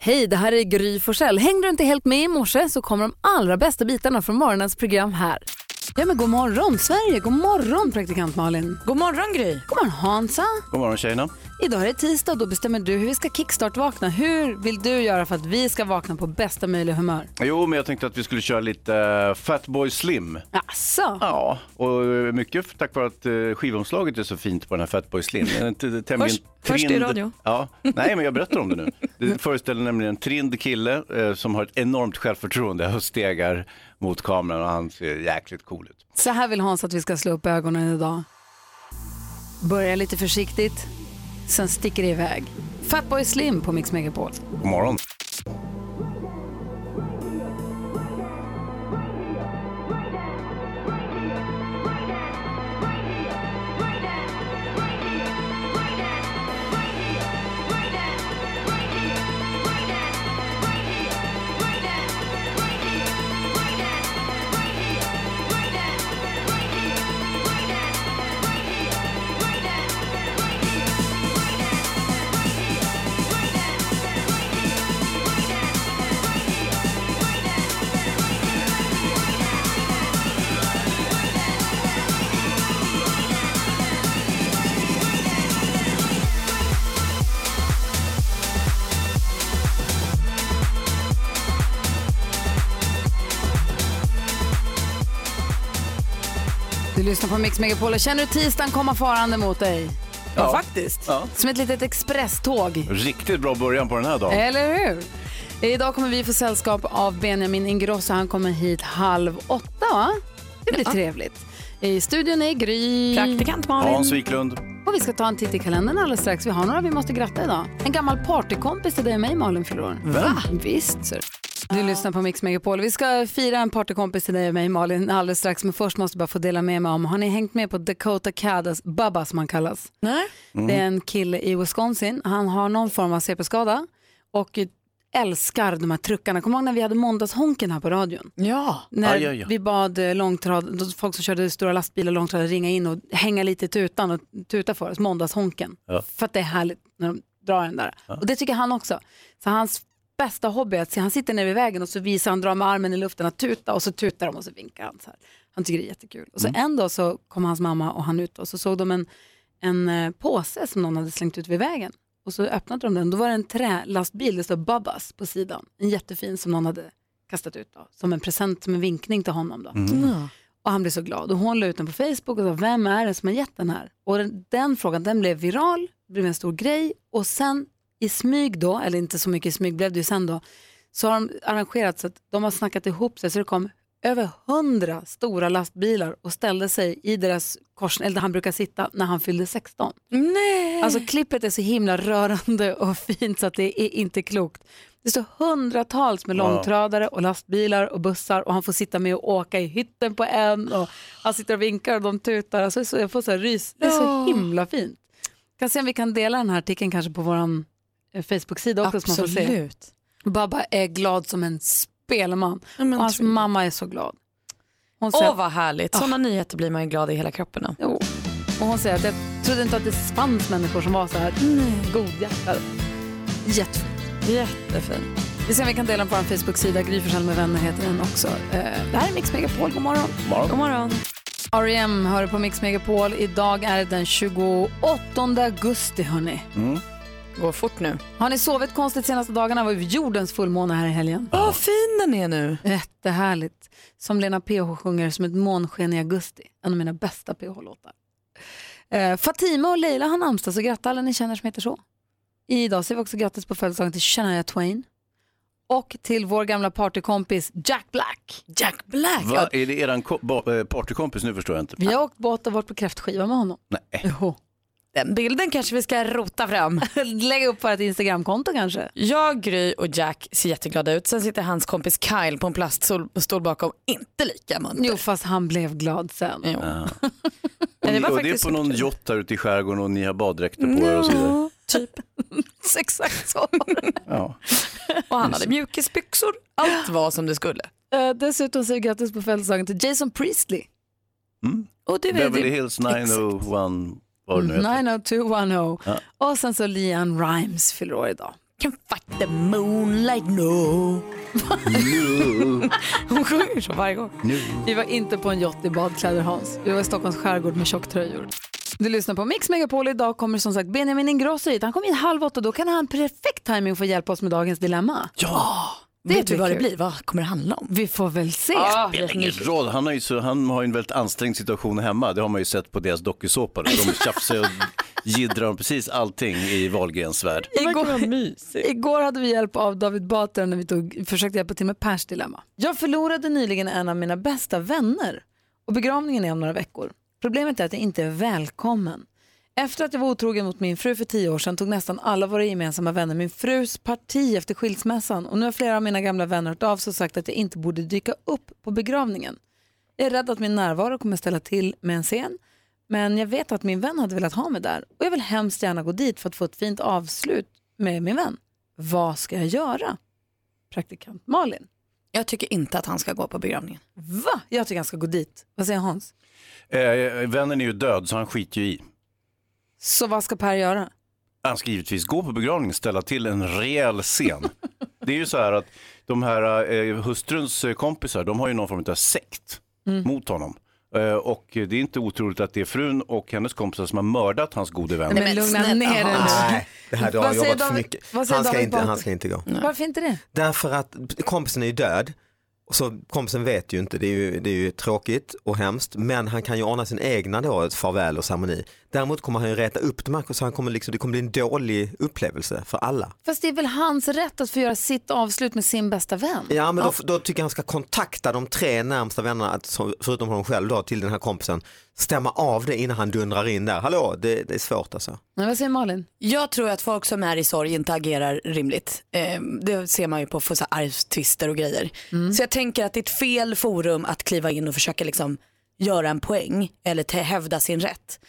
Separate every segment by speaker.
Speaker 1: Hej, det här är Gry Forssell. Hängde du inte helt med i morse så kommer de allra bästa bitarna från morgonens program här. Ja, men god morgon Sverige, god morgon praktikant Malin.
Speaker 2: God morgon Gry.
Speaker 1: God morgon Hansa.
Speaker 3: God morgon tjejerna.
Speaker 1: Idag är det tisdag och då bestämmer du hur vi ska kickstart-vakna. Hur vill du göra för att vi ska vakna på bästa möjliga humör?
Speaker 3: Jo, men jag tänkte att vi skulle köra lite eh, Fatboy Slim.
Speaker 1: Asså?
Speaker 3: Ja, och eh, mycket tack vare att eh, skivomslaget är så fint på den här Fatboy Slim. Den är t- tämligen
Speaker 2: Först- först i
Speaker 3: trind-
Speaker 2: radio.
Speaker 3: Ja, nej men jag berättar om det nu. Det föreställer nämligen en trind kille eh, som har ett enormt självförtroende och stegar mot kameran och han ser jäkligt cool ut.
Speaker 1: Så här vill Hans att vi ska slå upp ögonen idag. Börja lite försiktigt, sen sticker det iväg. Fatboy Slim på Mix Megapol.
Speaker 3: God morgon.
Speaker 1: Du lyssnar på Mix Megapol och känner du tisdagen komma farande mot dig?
Speaker 2: Ja, faktiskt.
Speaker 1: Som ett litet expresståg.
Speaker 3: Riktigt bra början på den här dagen.
Speaker 1: Eller hur? Idag kommer vi få sällskap av Benjamin Ingrosso. Han kommer hit halv åtta, va? Det blir trevligt. I studion är Gry.
Speaker 2: Praktikant Malin.
Speaker 3: Hans Wiklund.
Speaker 1: Och vi ska ta en titt i kalendern alldeles strax. Vi har några vi måste gratta idag. En gammal partykompis till dig och mig, Malin, fyller år. Va? Visst, sir. Du lyssnar på Mix Megapol. Vi ska fira en partykompis till dig och mig, Malin, alldeles strax. Men först måste jag bara få dela med mig om, har ni hängt med på Dakota Caddas, Bubba som han kallas?
Speaker 2: Nej.
Speaker 1: Det är en kille i Wisconsin. Han har någon form av CP-skada och älskar de här truckarna. Kommer du ihåg när vi hade måndagshonken här på radion?
Speaker 2: Ja.
Speaker 1: När
Speaker 3: Aj, aj, aj.
Speaker 1: vi bad eh, långtrad, folk som körde stora lastbilar och långtradare ringa in och hänga lite i tutan och tuta för oss, måndagshonken.
Speaker 3: Ja.
Speaker 1: För att det är härligt när de drar den där. Och det tycker han också. Så hans bästa hobby är att se, han sitter nere vid vägen och så visar han, drar med armen i luften att tuta och så tutar de och så vinkar han. Så här. Han tycker det är jättekul. Och så en dag så kom hans mamma och han ut och så såg de en, en eh, påse som någon hade slängt ut vid vägen. Och så öppnade de den, då var det en trälastbil, det stod Babbas på sidan. En jättefin som någon hade kastat ut då, som en present, som en vinkning till honom. Då.
Speaker 4: Mm.
Speaker 1: Och han blev så glad. Och hon la ut den på Facebook och sa, vem är det som har gett den här? Och den, den frågan, den blev viral, blev en stor grej. Och sen i smyg då, eller inte så mycket i smyg blev det ju sen då, så har de arrangerat så att de har snackat ihop sig så det kom över hundra stora lastbilar och ställde sig i deras kors, eller där han brukar sitta när han fyllde 16.
Speaker 2: Nej.
Speaker 1: Alltså klippet är så himla rörande och fint så att det är inte klokt. Det står hundratals med långtradare och lastbilar och bussar och han får sitta med och åka i hytten på en och han sitter och vinkar och de tutar. Alltså, så jag får så här rys. Det är så
Speaker 2: Ja.
Speaker 1: himla fint. Kan se om vi kan dela den här artikeln kanske på vår Facebook-sida också så man får se.
Speaker 2: Absolut.
Speaker 1: Babba är glad som en spelman
Speaker 2: Ja, men
Speaker 1: och hans
Speaker 2: tror jag.
Speaker 1: mamma är så glad. Hon
Speaker 2: Åh
Speaker 1: säger, Ah.
Speaker 2: vad härligt. Sådana nyheter blir man ju glad i hela kroppen av.
Speaker 1: Jo. Och hon säger att jag trodde inte att det fanns människor som var så här "Mm, godhjärtade. Jättefint.
Speaker 2: Jättefint.
Speaker 1: Vi ser om vi kan dela den på vår Facebook-sida. Gry Forssell med vänner heter den också. Eh, Det här är Mix Megapol. God morgon.
Speaker 2: God morgon.
Speaker 1: R.E.M. hör du på Mix Megapol. Idag är det den 28 augusti, hörni.
Speaker 2: Går fort nu.
Speaker 1: Har ni sovit konstigt senaste dagarna? Det var ju jordens fullmåne här i helgen.
Speaker 2: Åh, fin den är nu.
Speaker 1: Jättehärligt. Som Lena PH sjunger, som ett månsken i augusti. En av mina bästa PH-låtar. Eh, Fatima och Leila har namnsdag, så gratta alla ni känner som heter så. Idag säger vi också grattis på födelsedagen till Shania Twain och till vår gamla partykompis Jack Black.
Speaker 2: Jack Black.
Speaker 3: Va, är det eran ko- ba- eh, partykompis nu förstår jag inte.
Speaker 1: Vi har åkt båt och varit på kräftskiva med honom.
Speaker 3: Nej.
Speaker 1: Jo.
Speaker 2: Den bilden kanske vi ska rota fram.
Speaker 1: Lägg upp vårt Instagramkonto kanske.
Speaker 2: Jag, Gry och Jack ser jätteglada ut. Sen sitter hans kompis Kyle på en plaststol bakom. Inte lika munter.
Speaker 1: Jo, fast han blev glad sen.
Speaker 2: Jo.
Speaker 3: Ja.
Speaker 2: Men
Speaker 3: Ni,
Speaker 2: det var
Speaker 3: och det är
Speaker 2: faktiskt
Speaker 3: på någon
Speaker 2: superkul.
Speaker 3: jott här ute i skärgården och ni har baddräkter på er och så vidare.
Speaker 2: Ja, Typ.
Speaker 1: Exakt så.
Speaker 3: Ja.
Speaker 2: Och han hade mjukisbyxor. Allt var som det skulle.
Speaker 1: Eh, Dessutom säger vi grattis på födelsedagen till Jason Priestley.
Speaker 2: Och det, det,
Speaker 3: Beverly Hills 901, Mm. vad det nu heter.
Speaker 1: 90210.
Speaker 3: Ja.
Speaker 1: Och sen så Leanne Rimes fyller år idag.
Speaker 2: Can fight the moonlight no. Hon sjunger så varje gång.
Speaker 1: Vi var inte på en yacht i badkläder Hans. Vi var i Stockholms skärgård med tjocktröjor. Du lyssnar på Mix Megapol. Idag kommer som sagt Benjamin Ingrosso hit. Han kommer in halv åtta och då kan han perfekt timing för att hjälpa oss med dagens dilemma.
Speaker 3: Ja,
Speaker 1: Det
Speaker 2: Vet du
Speaker 1: blir
Speaker 2: vad det
Speaker 1: kul.
Speaker 2: blir? Vad kommer det handla om?
Speaker 1: Vi får väl se.
Speaker 3: spelar ingen roll. Han har, ju så, han har ju en väldigt ansträngd situation hemma. Det har man ju sett på deras dokusåpa. där. De tjafsar och jiddrar om precis allting i Wahlgrens värld.
Speaker 1: Igår, igår hade vi hjälp av David Batra när vi tog, försökte hjälpa till med Pers dilemma. Jag förlorade nyligen en av mina bästa vänner och begravningen är om några veckor. Problemet är att jag inte är välkommen. Efter att jag var otrogen mot min fru för tio år sedan tog nästan alla våra gemensamma vänner min frus parti efter skilsmässan och nu har flera av mina gamla vänner hört av sig och sagt att jag inte borde dyka upp på begravningen. Jag är rädd att min närvaro kommer ställa till med en scen men jag vet att min vän hade velat ha mig där och jag vill hemskt gärna gå dit för att få ett fint avslut med min vän. Vad ska jag göra? Praktikant Malin.
Speaker 2: Jag tycker inte att han ska gå på begravningen.
Speaker 1: Va? Jag tycker han ska gå dit. Vad säger Hans?
Speaker 3: Eh, vännen är ju död så han skiter ju i.
Speaker 1: Så vad ska Per göra?
Speaker 3: Han ska givetvis gå på begravningen och ställa till en rejäl scen. Det är ju så här att de här eh, hustruns eh, kompisar, de har ju någon form av sekt
Speaker 1: Mm.
Speaker 3: mot honom. Eh, och det är inte otroligt att det är frun och hennes kompisar som har mördat hans gode vän.
Speaker 1: Men,
Speaker 2: men
Speaker 1: lugna
Speaker 2: snälla
Speaker 1: ner dig nu.
Speaker 5: Nej, det här du
Speaker 1: Vad
Speaker 5: har
Speaker 1: säger
Speaker 5: jobbat för
Speaker 1: David-
Speaker 5: mycket.
Speaker 1: vad
Speaker 5: Han
Speaker 1: säger
Speaker 5: ska,
Speaker 1: David
Speaker 5: inte,
Speaker 1: Batra?
Speaker 5: han ska inte gå.
Speaker 1: Varför inte det?
Speaker 5: Därför att kompisen är ju död. Så kompisen vet ju inte, det är ju, det är ju tråkigt och hemskt, men han kan ju ordna sin egna då, ett farväl och ceremoni. Däremot kommer han ju reta upp de här, så han kommer liksom, det kommer bli en dålig upplevelse för alla.
Speaker 1: Fast det är väl hans rätt att få göra sitt avslut med sin bästa vän?
Speaker 5: Ja men då, då tycker jag han ska kontakta de tre närmsta vännerna, att, så- förutom honom själv då, till den här kompisen, stämma av det innan han dundrar in där. Hallå, det, det är svårt alltså.
Speaker 1: Nej, vad säger Malin?
Speaker 2: Jag tror att folk som är i sorg inte agerar rimligt. Eh, det ser man ju på för så här arvstvister och grejer.
Speaker 1: Mm.
Speaker 2: Så jag tänker att det är ett fel forum att kliva in och försöka liksom göra en poäng eller te- hävda sin rätt.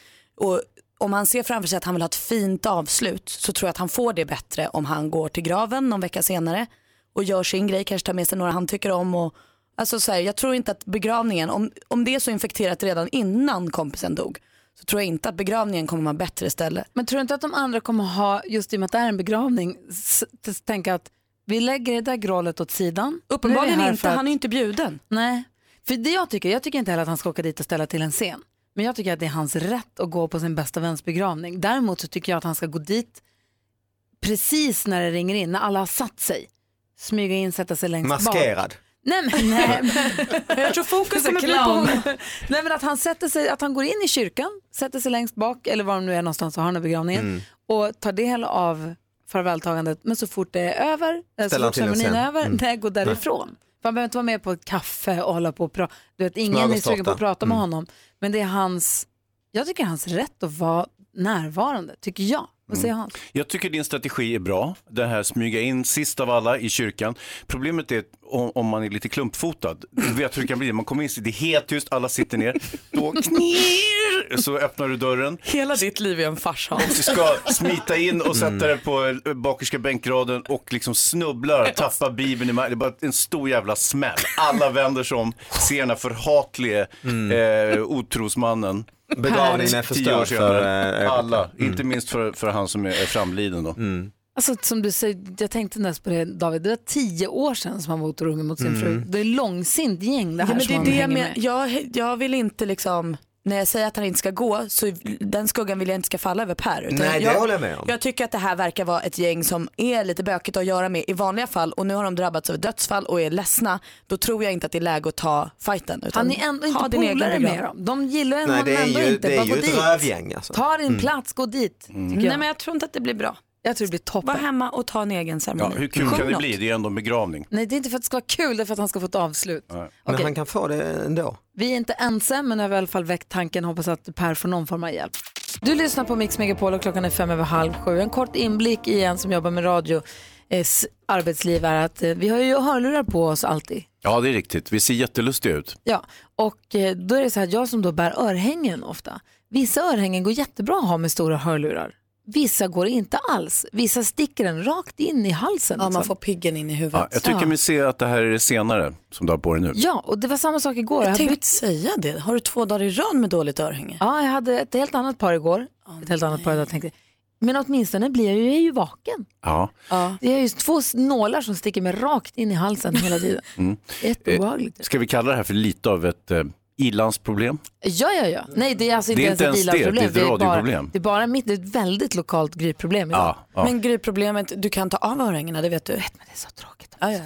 Speaker 2: Och om han ser framför sig att han vill ha ett fint avslut så tror jag att han får det bättre om han går till graven någon vecka senare och gör sin grej, kanske tar med sig några han tycker om. Och, alltså så här, jag tror inte att begravningen, om, om det är så infekterat redan innan kompisen dog så tror jag inte att begravningen kommer vara bättre ställe.
Speaker 1: Men tror du inte att de andra kommer ha, just i och med att det är en begravning, s- t- tänka att vi lägger det där grålet åt sidan.
Speaker 2: Uppenbarligen
Speaker 1: Nu är vi här
Speaker 2: inte,
Speaker 1: för att-
Speaker 2: han är ju inte bjuden.
Speaker 1: Nej, för det jag tycker, jag tycker inte heller att han ska åka dit och ställa till en scen. Men jag tycker att det är hans rätt att gå på sin bästa väns begravning. Däremot så tycker jag att han ska gå dit precis när det ringer in, när alla har satt sig. Smyga in, sätta sig längst bak.
Speaker 5: Maskerad.
Speaker 1: Nej men, nej, men,
Speaker 2: Jag tror fokus
Speaker 1: kommer bli på honom. nej men att han sätter sig, att han går in i kyrkan, sätter sig längst bak eller var de nu är någonstans och har den här begravningen
Speaker 5: Mm.
Speaker 1: och tar del av farvältagandet. Men så fort det är över, eh, så
Speaker 5: Ställer
Speaker 1: fort
Speaker 5: han till en
Speaker 1: ceremonin är
Speaker 5: scen.
Speaker 1: över,
Speaker 5: Mm.
Speaker 1: nej, gå därifrån. För han behöver inte vara med på ett kaffe och hålla på och prata. Du vet, ingen är
Speaker 5: Smörgåstårta.
Speaker 1: sugen på att prata med
Speaker 5: Mm.
Speaker 1: honom. Men det är hans, jag tycker hans rätt att vara närvarande, tycker jag. Vad säger
Speaker 5: Mm.
Speaker 1: han?
Speaker 3: Jag tycker din strategi är bra, det här smyga in sist av alla i kyrkan. Problemet är att om, om man är lite klumpfotad, du vet hur det kan bli, man kommer in, det är helt tyst, alla sitter ner, då knirr, så öppnar du dörren,
Speaker 2: Hela ditt liv är en fars
Speaker 3: och du ska smita in och
Speaker 5: Mm.
Speaker 3: sätta dig på eh, bakerska bänkraden och liksom snubblar, tappar bibeln i marken, det är bara en stor jävla smäll. Alla vänder sig om, ser den här förhatlige eh, otrosmannen.
Speaker 5: Mm. Begravningen är
Speaker 3: Tio år
Speaker 5: förstörd för
Speaker 3: senare,
Speaker 5: eh,
Speaker 3: alla, inte minst för, för han som är är framliden då.
Speaker 5: Mm.
Speaker 1: Alltså som du säger, jag tänkte nästan på det David, det var tio år sedan som han var otrogen mot sin fru.
Speaker 5: Mm.
Speaker 1: Det är långsint gäng det här
Speaker 2: Ja, men det
Speaker 1: som
Speaker 2: är
Speaker 1: han
Speaker 2: det
Speaker 1: hänger
Speaker 2: jag, men,
Speaker 1: med.
Speaker 2: jag, jag vill inte liksom, när jag säger att han inte ska gå, så den skuggan vill jag inte ska falla över Per. Utan
Speaker 5: Nej, det
Speaker 2: jag,
Speaker 5: håller jag med om.
Speaker 2: Jag tycker att det här verkar vara ett gäng som är lite bökigt att göra med i vanliga fall och nu har de drabbats av ett dödsfall och är ledsna. Då tror jag inte att det är läge att ta fighten. Utan
Speaker 1: Han är ändå
Speaker 2: ha
Speaker 1: inte
Speaker 2: din egen
Speaker 1: polare
Speaker 2: begravning.
Speaker 1: med dem. De gillar en
Speaker 5: Nej
Speaker 1: honom
Speaker 5: det är
Speaker 1: ändå
Speaker 5: ju,
Speaker 1: inte.
Speaker 5: det är
Speaker 1: Bara
Speaker 5: ju
Speaker 1: gå
Speaker 5: ett
Speaker 1: dit.
Speaker 5: rövgäng alltså.
Speaker 1: Ta din plats, gå dit. tycker
Speaker 3: Mm.
Speaker 2: Mm. Nej
Speaker 1: jag.
Speaker 2: men jag tror inte att det blir bra.
Speaker 1: jag tror det blir toppen.
Speaker 2: Var hemma och ta en egen
Speaker 3: Ja,
Speaker 2: ceremoni.
Speaker 3: hur kul
Speaker 1: Sjung
Speaker 3: kan det
Speaker 1: något.
Speaker 3: bli? Det är ändå en begravning.
Speaker 1: Nej, det är inte för att det ska vara kul, det är för att han ska få ett avslut.
Speaker 5: Men
Speaker 1: Okej.
Speaker 5: han kan få det ändå.
Speaker 1: Vi är inte ense, men har i alla fall väckt tanken. Hoppas att Per får någon form av hjälp. Du lyssnar på Mix Megapol och klockan är fem över halv sju. En kort inblick i en som jobbar med radio eh, s- arbetsliv är att eh, vi har ju hörlurar på oss alltid.
Speaker 3: Ja, det är riktigt. Vi ser jättelustiga ut.
Speaker 1: Ja, och eh, då är det så här att jag som då bär örhängen ofta, vissa örhängen går jättebra att ha med stora hörlurar. Vissa går inte alls. Vissa sticker den rakt in i halsen.
Speaker 2: Ja, man
Speaker 1: liksom.
Speaker 2: får piggen in i huvudet.
Speaker 3: Ja, jag tycker vi ser att det här är det senare som du har på dig nu.
Speaker 1: ja, och det var samma sak igår.
Speaker 2: Jag
Speaker 1: Jag
Speaker 2: tänkte säga det. Har du två dagar i rad med dåligt örhänge?
Speaker 1: Ja, jag hade ett helt annat par igår. ett helt annat par idag. Jag tänkte, Men åtminstone blir jag ju, jag är ju vaken.
Speaker 3: Ja.
Speaker 2: Ja.
Speaker 1: Det är ju två nålar som sticker mig rakt in i halsen hela tiden. Jätteobehagligt.
Speaker 3: Mm. Eh, Ska vi kalla det här för lite av ett eh, i-landsproblem?
Speaker 1: Ja, ja, ja. Nej, det är alltså inte,
Speaker 3: Det är inte
Speaker 1: ens
Speaker 3: ens
Speaker 1: ett
Speaker 3: det,
Speaker 1: bilavproblem.
Speaker 3: det är ett
Speaker 1: bara,
Speaker 3: radioproblem.
Speaker 1: det är bara mitt, det är ett väldigt lokalt gryproblem idag.
Speaker 3: ja.
Speaker 2: Men gryproblemet, du kan ta av örhängena, det vet du.
Speaker 1: Men det är så tråkigt.
Speaker 2: Ja, ja.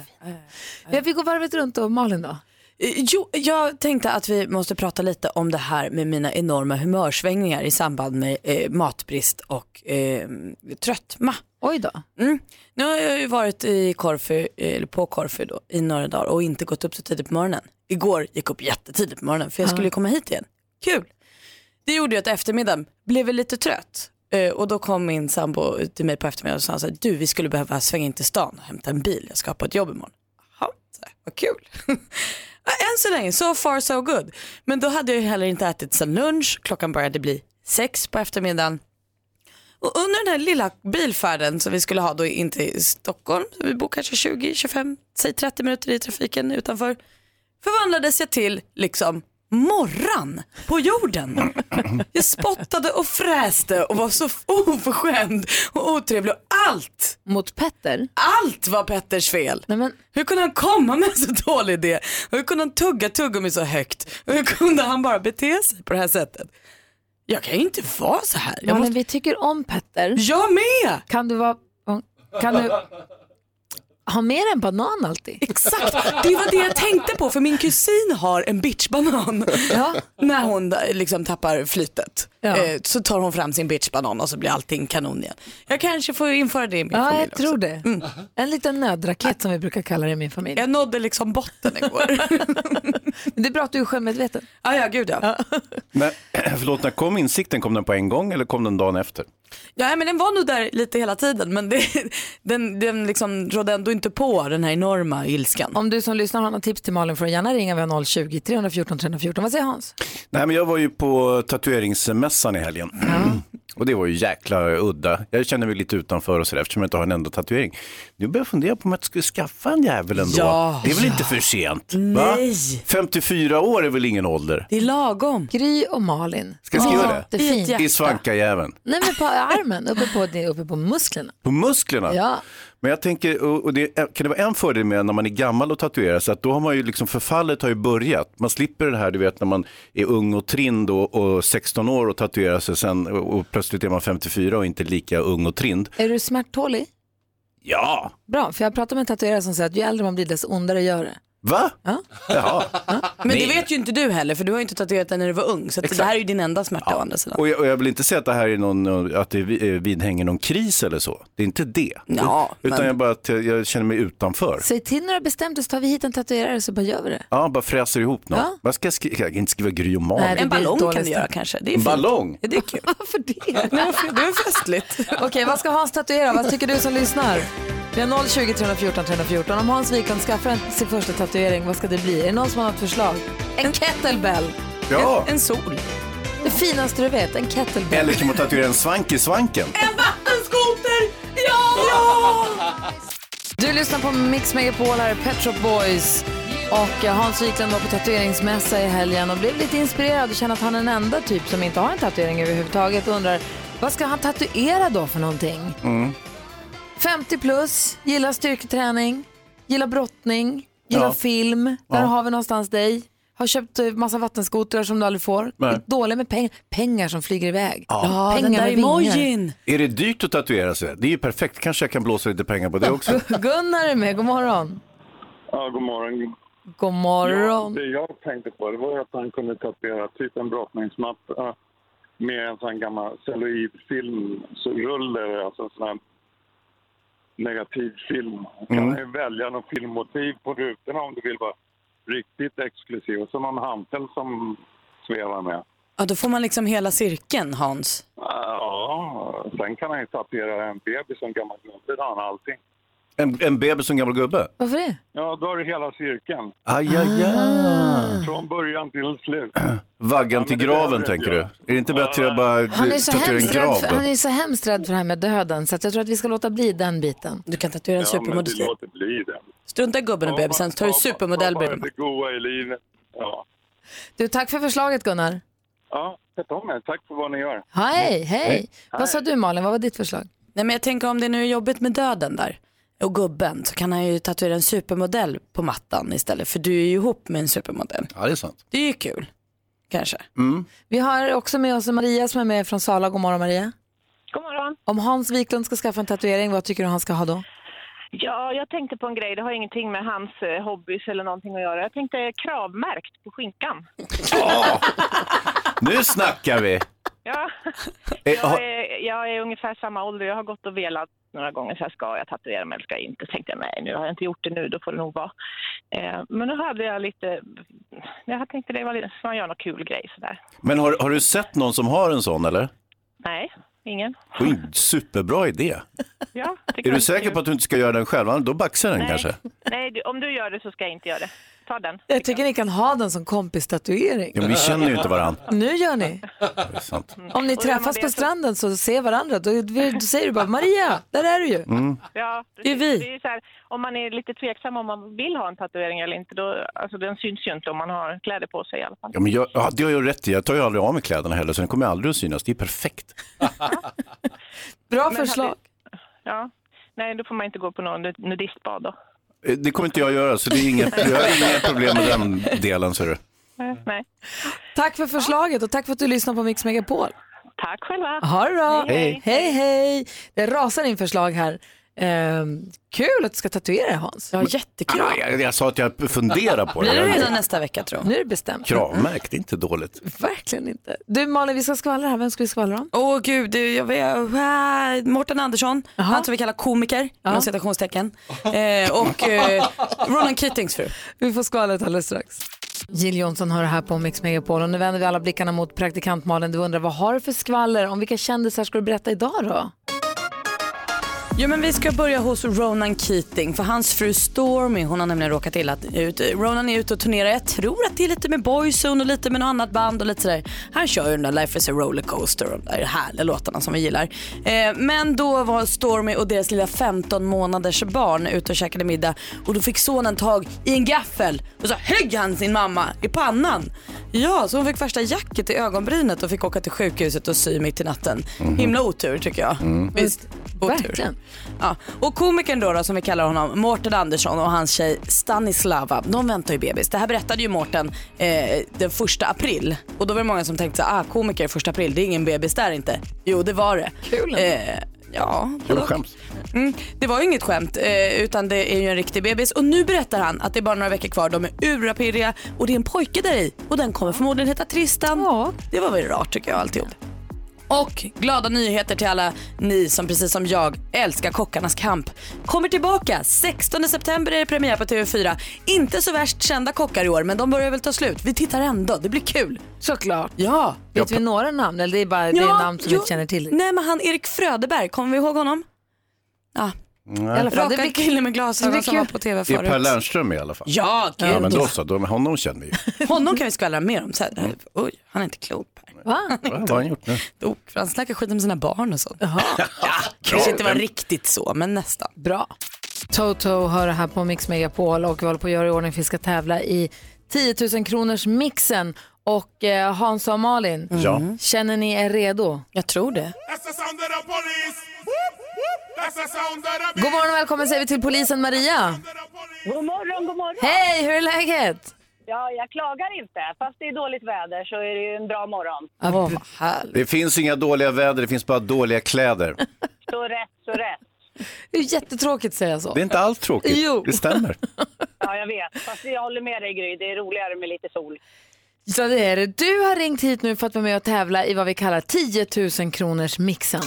Speaker 1: Ja, vi går varvet runt och Malin då.
Speaker 2: Eh, Jo, jag tänkte att vi måste prata lite om det här med mina enorma humörsvängningar i samband med eh, matbrist och eh, tröttma.
Speaker 1: Oj då.
Speaker 2: Mm. Nu har jag ju varit i Korfu, eller på Korfu då, i några dagar och inte gått upp så tidigt på morgonen. Igår gick jag upp jättetidigt på morgonen för jag skulle ju komma hit igen. Kul! Det gjorde jag att eftermiddagen blev väl lite trött Eh, och då kom min sambo till mig på eftermiddagen och sa så här, du vi skulle behöva svänga in till stan och hämta en bil, jag ska på ett jobb imorgon. Jaha, så här, vad kul. Ja, Än så länge, so far so good. Men då hade jag ju heller inte ätit sen lunch, klockan började bli sex på eftermiddagen. Och under den här lilla bilfärden som vi skulle ha då in till Stockholm, så vi bor kanske 20, 25, säg 30 minuter i trafiken utanför, förvandlades jag till liksom morran på jorden. Jag spottade och fräste och var så oförskämd och otrevlig. Och Allt,
Speaker 1: Mot Petter?
Speaker 2: allt var Petters fel.
Speaker 1: Nej, men
Speaker 2: Hur kunde han komma med en så dålig idé? Och hur kunde han tugga tuggummi så högt? Och hur kunde han bara bete sig på det här sättet? Jag kan ju inte vara så här. Jag,
Speaker 1: Malin,
Speaker 2: måste...
Speaker 1: vi tycker om Petter.
Speaker 2: jag med!
Speaker 1: Kan du vara... Kan du ha med dig en banan alltid?
Speaker 2: Exakt, det var det jag tänkte på för min kusin har en bitchbanan.
Speaker 1: Ja.
Speaker 2: När hon eh, liksom tappar flytet
Speaker 1: Ja.
Speaker 2: eh, så tar hon fram sin bitchbanan och så blir allting kanon igen. Jag kanske får införa det i min
Speaker 1: Ja,
Speaker 2: familj
Speaker 1: jag tror
Speaker 2: också. Mm.
Speaker 1: det. En liten nödraket som vi brukar kalla det i min familj.
Speaker 2: Jag nådde liksom botten igår.
Speaker 1: Men Det är bra att du är självmedveten.
Speaker 2: ah, ja, gud ja.
Speaker 3: Men förlåt, när kom insikten? Kom den på en gång eller kom den dagen efter?
Speaker 2: Ja, men den var nog där lite hela tiden men det, den, den liksom rådde ändå inte på den här enorma ilskan.
Speaker 1: Om du som lyssnar har några tips till Malin får du gärna ringa via 020-314 314. Vad säger Hans?
Speaker 3: Nej, men jag var ju på tatueringsmässan i helgen. Och det var ju jäkla udda. Jag kände mig lite utanför och sådär eftersom jag inte har en enda tatuering. Nu börjar jag fundera på om jag skulle skaffa en jävel ändå.
Speaker 2: Ja,
Speaker 3: det är väl inte för sent?
Speaker 2: Nej.
Speaker 3: 54 år är väl ingen ålder?
Speaker 2: Det är lagom.
Speaker 1: Gry och Malin.
Speaker 3: Ska jag skriva det?
Speaker 1: Jättefint.
Speaker 2: Ja.
Speaker 3: I svankajäveln.
Speaker 1: Nej men på armen, uppe på, uppe på musklerna.
Speaker 3: På musklerna?
Speaker 1: Ja.
Speaker 3: Men jag tänker, och och det, kan det vara en fördel med när man är gammal och tatuerar sig, att då har man ju liksom, förfallet har ju börjat. Man slipper det här, du vet när man är ung och trind och, och 16 år och tatuerar sig sen och, och plötsligt är man 54 och inte lika ung och trind.
Speaker 1: Är du smärttålig?
Speaker 3: Ja,
Speaker 1: Bra, för jag pratade med en tatuerare som säger att ju äldre man blir desto ondare gör det.
Speaker 3: va?
Speaker 1: Ja.
Speaker 3: Jaha.
Speaker 2: Men
Speaker 3: Nej.
Speaker 2: det vet ju inte du heller för du har ju inte tatuerat den när du var ung så att det här är ju din enda smärta å
Speaker 1: Alltså
Speaker 2: andra sidan.
Speaker 3: Och jag, och jag vill inte säga att det här är någon, att det vi- eh, vidhänger någon kris eller så. Det är inte det.
Speaker 2: Ja,
Speaker 3: Utan
Speaker 2: men-
Speaker 3: jag bara, att jag- jag känner mig utanför.
Speaker 1: Säg till när du har bestämt dig så tar vi hit en tatuerare så bara gör vi det.
Speaker 3: Ja, bara fräser ihop något.
Speaker 1: Ja.
Speaker 3: Vad ska jag skriva? Jag kan inte skriva Gry och Malin.
Speaker 1: Nej, det
Speaker 2: En
Speaker 1: blir
Speaker 2: ballong
Speaker 1: dålig
Speaker 2: kan du göra
Speaker 1: stämning.
Speaker 2: kanske. Det är
Speaker 3: En
Speaker 2: fint.
Speaker 3: ballong?
Speaker 2: Ja, Det är kul.
Speaker 1: Varför det?
Speaker 2: Nej, Det är festligt.
Speaker 1: Okej, vad ska Hans tatuera? Vad tycker du som lyssnar? Vi har 020 314 314. Om Hans Wiklund skaffar en, sin första tatuering, vad ska det bli? Är det någon som har något förslag? En kettlebell.
Speaker 3: Ja.
Speaker 2: En sol.
Speaker 1: Det finaste du vet, en kettlebell.
Speaker 3: Eller kan man tatuera en svank i svanken?
Speaker 2: En vattenskoter! Ja!
Speaker 1: Du lyssnar på Mix Megapol, här är Pet Shop Boys. Och eh, Hans Wiklund var på tatueringsmässa i helgen och blev lite inspirerad och känner att han är den enda typ som inte har en tatuering överhuvudtaget och undrar vad ska han tatuera då för någonting?
Speaker 2: Mm.
Speaker 1: 50 plus, gillar styrketräning, gillar brottning, gillar
Speaker 3: Ja.
Speaker 1: film. Där
Speaker 3: Ja.
Speaker 1: har vi någonstans dig. Har köpt eh, massa vattenskotrar som du aldrig får.
Speaker 3: Nej.
Speaker 1: Är dålig med pengar. Pengar som flyger iväg.
Speaker 2: Ja,
Speaker 1: Pengar
Speaker 2: den där
Speaker 1: med vingar.
Speaker 2: emojin.
Speaker 3: Är det dyrt att tatuera sig? Det är ju perfekt. Kanske jag kan blåsa lite pengar på det också.
Speaker 1: Gunnar är med, god morgon.
Speaker 6: Ja, god morgon.
Speaker 1: God
Speaker 6: Ja,
Speaker 1: morgon.
Speaker 6: det jag tänkte på det var ju att han kunde tatuera typ en brottningsmapp eh, med en sån här gammal celluloidfilm, så ruller, alltså en sån här negativfilm. Kan
Speaker 1: Mm.
Speaker 6: man ju välja något filmmotiv på rutorna om du vill vara riktigt exklusiv. Och så någon hantel som svävar med.
Speaker 2: Ja, då får man liksom hela cirkeln Hans.
Speaker 6: Ja, sen kan han ju tatuera en bebis som gammal gubbe, då har han allting.
Speaker 3: En, en bebis som gammal gubbe?
Speaker 1: Varför det?
Speaker 6: Ja, då har du hela cirkeln.
Speaker 3: Aj, aj, aj.
Speaker 2: Ah.
Speaker 1: Ah.
Speaker 6: Från början till slut.
Speaker 3: Vaggan
Speaker 6: men
Speaker 3: till
Speaker 6: det
Speaker 3: graven,
Speaker 6: behöver
Speaker 3: tänker
Speaker 6: jag
Speaker 3: du?
Speaker 6: inte
Speaker 3: Är det inte bättre att bara
Speaker 1: Han är, så
Speaker 3: tatuera en
Speaker 1: hemskt rädd
Speaker 3: grav?
Speaker 1: för,
Speaker 3: då?
Speaker 1: han är så hemskt rädd för det här med döden så att jag tror att vi ska låta bli den biten.
Speaker 2: Du kan tatuera en
Speaker 6: Ja, men det
Speaker 2: supermodell.
Speaker 6: låter bli det.
Speaker 2: Strunta i gubben och bebisen, så tar du supermodell
Speaker 6: bredvid.
Speaker 2: bredvid.
Speaker 6: Det goa i livet. Ja.
Speaker 1: Du, tack för förslaget Gunnar.
Speaker 6: Ja, sätt om er. Tack för vad ni gör.
Speaker 1: Hej, hej. Vad sa du Malin, vad var ditt förslag?
Speaker 2: Nej men jag tänker om det nu är jobbigt med döden där och gubben så kan han ju tatuera en supermodell på mattan istället för du är ju ihop med en supermodell.
Speaker 3: Ja, det är sant. Mm.
Speaker 2: Det är ju kul, kanske.
Speaker 1: Vi har också med oss Maria som är med från Sala. God morgon Maria.
Speaker 7: God morgon.
Speaker 1: Om Hans Wiklund ska skaffa en tatuering, vad tycker du han ska ha då?
Speaker 7: Ja, jag tänkte på en grej. Det har ingenting med hans eh, hobbys eller någonting att göra. Jag tänkte kravmärkt på skinkan.
Speaker 3: Nu snackar vi!
Speaker 7: Ja.
Speaker 3: Eh,
Speaker 7: Jag,
Speaker 3: ha,
Speaker 7: är, jag är ungefär samma ålder. Jag har gått och velat några gånger. Så här, ska jag tatuera mig eller ska jag inte? Så tänkte jag, nej, nu har jag inte gjort det nu. Då får det nog vara. Eh, men nu hade jag lite... Jag tänkte det var lite... Ska man göra någon kul grej sådär?
Speaker 3: men har, har du sett någon som har en sån eller?
Speaker 7: Nej, ingen.
Speaker 3: Det är en superbra idé.
Speaker 7: Ja, det
Speaker 3: Är
Speaker 7: kan-
Speaker 3: du säker på att du inte ska göra den själv? Då baxar den
Speaker 7: Nej.
Speaker 3: kanske.
Speaker 7: Nej, du, om du gör det så ska jag inte göra det. Ta den.
Speaker 1: Jag tycker ni kan ha den som kompistatuering.
Speaker 3: Ja, men vi känner ju inte varandra.
Speaker 1: Nu gör ni.
Speaker 3: Det är sant.
Speaker 1: Om ni
Speaker 7: Mm. Och gör man
Speaker 1: träffas
Speaker 7: det
Speaker 1: på
Speaker 7: så-
Speaker 1: stranden så ser varandra, då, då säger du bara Maria, där är du ju.
Speaker 3: Mm.
Speaker 7: Ja,
Speaker 1: Det är vi.
Speaker 7: precis. ju så här, om man är lite tveksam om man vill ha en tatuering eller inte, då, alltså, den syns ju inte om man har kläder på sig i alla fall.
Speaker 3: Ja, men jag, ja, det har jag rätt i. Jag tar ju aldrig av mig kläderna heller, så den kommer aldrig att synas. Det är perfekt.
Speaker 1: Bra
Speaker 7: Men
Speaker 1: förslag.
Speaker 7: hade- Ja. Nej, då får man inte gå på någon nudistbad då.
Speaker 3: Eh, Det kommer inte jag göra, så det är inget, jag har inga problem med den delen. Så är det.
Speaker 7: Nej. Nej.
Speaker 1: Tack för förslaget och tack för att du lyssnar på Mix Megapol.
Speaker 7: Tack själva!
Speaker 1: Ha det bra.
Speaker 7: Hej,
Speaker 1: hej. hej. Det rasar in förslag här. Ehm, kul att du ska tatuera dig Hans.
Speaker 2: Ja, jättekul.
Speaker 3: Ah, jag, jag sa att jag funderar på
Speaker 2: Blir det
Speaker 3: det.
Speaker 2: redan nästa vecka tror jag.
Speaker 1: Nu är det bestämt.
Speaker 3: Kravmärkt, det är inte dåligt.
Speaker 1: Verkligen inte. Du Malin, vi ska skvallra här. Vem ska vi skvallra om?
Speaker 2: Åh gud, det- jag vet, äh, Mårten Andersson, han som vi kallar komiker, inom citationstecken. Eh, och eh, Ronan Keatings fru.
Speaker 1: Vi får skvallret alldeles strax. Jill Johnson har det här på Mix Megapol och nu vänder vi alla blickarna mot praktikant Malin. Du undrar vad har du för skvaller? Om vilka kändisar ska du berätta idag då?
Speaker 2: Jo men vi ska börja hos Ronan Keating för hans fru Stormy hon har nämligen råkat illa ut. Ronan är ute och turnerar, jag tror att det är lite med Boyzone och lite med något annat band och lite sådär. Han kör ju den där Life is a rollercoaster och de där härliga låtarna som vi gillar. Eh, men då var Stormy och deras lilla 15 månaders barn ute och käkade middag och då fick sonen tag i en gaffel och så högg han sin mamma i pannan. Ja, så hon fick värsta jacket i ögonbrynet och fick åka till sjukhuset och sy mitt i natten. Himla otur tycker jag. Visst? Otur.
Speaker 1: Mhm. Mm. Verkligen.
Speaker 2: Ja. Och komikern då, då som vi kallar honom, Mårten Andersson och hans tjej Stanislava, de väntar ju bebis. Det här berättade ju Mårten eh, den första april och då var det många som tänkte så här, ah komiker första april, det är ingen bebis där inte. Jo det var det.
Speaker 1: Kul.
Speaker 2: Eh, ja,
Speaker 3: Jag skäms.
Speaker 2: Mm, det var ju inget skämt eh, utan det är ju en riktig bebis och nu berättar han att det är bara några veckor kvar, de är urapirriga och det är en pojke där i och den kommer förmodligen heta Tristan.
Speaker 1: Ja.
Speaker 2: Det var väl rart tycker jag alltihop. Och glada nyheter till alla ni som precis som jag älskar Kockarnas kamp. Kommer tillbaka. 16 september är det premiär på TV4. Inte så värst kända kockar i år men de börjar väl ta slut. Vi tittar ändå, det blir kul.
Speaker 1: Såklart.
Speaker 2: Ja.
Speaker 1: Vet vi några namn eller det är bara det är namn som vi inte känner till?
Speaker 2: Nej men han Erik Fröderberg, kommer vi ihåg honom? Ja,
Speaker 1: I alla fall, det
Speaker 2: raka
Speaker 1: blir kul.
Speaker 2: killen med
Speaker 1: det
Speaker 2: glasögon
Speaker 1: blir
Speaker 2: som var
Speaker 1: kul.
Speaker 2: på TV
Speaker 3: Det är Per
Speaker 2: förut.
Speaker 3: Lernström i alla fall.
Speaker 2: Ja, gud.
Speaker 3: Ja, men då så, då, honom känner vi ju.
Speaker 2: Honom kan vi skvallra mer om. Så här, oj, han är inte klok Per.
Speaker 1: Va?
Speaker 3: Vad har han gjort nu?
Speaker 2: Dok, för han snackar skit om sina barn och sånt. Ja, kanske inte var riktigt så, men nästan.
Speaker 1: Bra. Toto hör det här på Mix Megapol och vi håller på att göra i ordning för vi ska tävla i 10 000 kronors mixen och eh, Hans och Malin,
Speaker 3: Ja.
Speaker 1: känner ni er redo?
Speaker 2: Jag tror det.
Speaker 8: That's the sound of the police. Whoop, whoop. That's the sound of the
Speaker 1: God morgon och välkommen säger vi till polisen Maria.
Speaker 7: God morgon, god morgon!
Speaker 1: Hej, hur är läget?
Speaker 7: Ja, jag klagar inte. Fast det är dåligt väder så är det ju en bra morgon.
Speaker 1: Oh,
Speaker 3: Det finns inga dåliga väder, det finns bara dåliga kläder.
Speaker 7: Så rätt, så rätt.
Speaker 1: det är jättetråkigt säger jag så.
Speaker 3: Det är inte allt tråkigt,
Speaker 1: Jo.
Speaker 3: det stämmer.
Speaker 7: Ja, jag vet. Fast jag håller med dig Gry, det är roligare med lite sol.
Speaker 1: Så det är det. Du har ringt hit nu för att vara med och tävla i vad vi kallar 10 000 kronors mixen.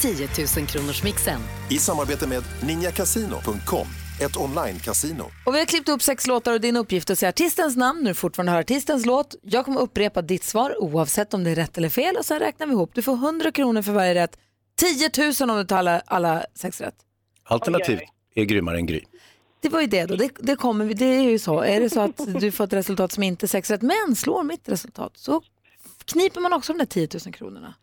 Speaker 9: 10 000 kronors mixen.
Speaker 10: I samarbete med ninjakasino.com, ett online-casino.
Speaker 1: Och vi har klippt upp sex låtar och din uppgift är att säga artistens namn, nu fortfarande höra artistens låt. Jag kommer upprepa ditt svar oavsett om det är rätt eller fel och sen räknar vi ihop. Du får 100 kronor för varje rätt, 10 000 om du tar alla, alla sex rätt.
Speaker 3: Alternativt är grymmare än Gry.
Speaker 1: Det var ju det då, det, det kommer vi, det är ju så. Är det så att du får ett resultat som inte är sex rätt men slår mitt resultat så kniper man också de där 10 000 kronorna.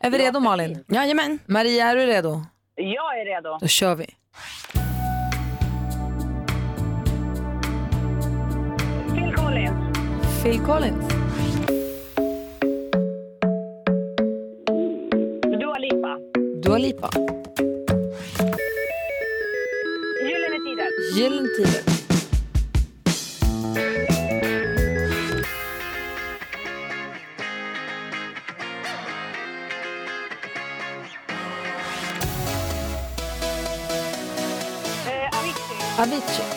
Speaker 1: Är vi redo Malin?
Speaker 2: Jajamän.
Speaker 1: Maria, är du redo?
Speaker 7: Jag är redo.
Speaker 1: Då kör vi.
Speaker 7: Phil Collins,
Speaker 1: Phil Collins.
Speaker 7: Dua Lipa.
Speaker 1: Dua Lipa.
Speaker 7: Gyllene Tider.
Speaker 1: Gyllene Tider.
Speaker 7: Eh, Avicii.
Speaker 1: Avicii.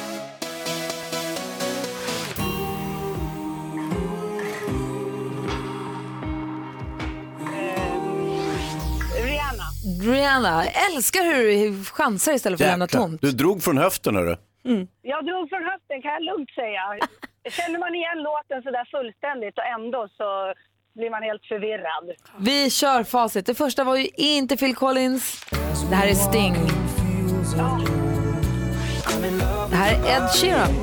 Speaker 7: Eh, Rihanna.
Speaker 1: Rihanna. Jag älskar hur du chansar istället för att lämna
Speaker 3: Jäklar,
Speaker 1: tomt.
Speaker 3: Du drog från höften hörru.
Speaker 7: Jag drog från höften kan jag lugnt säga. Känner man igen låten så där fullständigt och ändå så blir man helt förvirrad.
Speaker 1: Vi kör facit. Det första var ju inte Phil Collins. Det här är Sting. Det här är Ed Sheeran.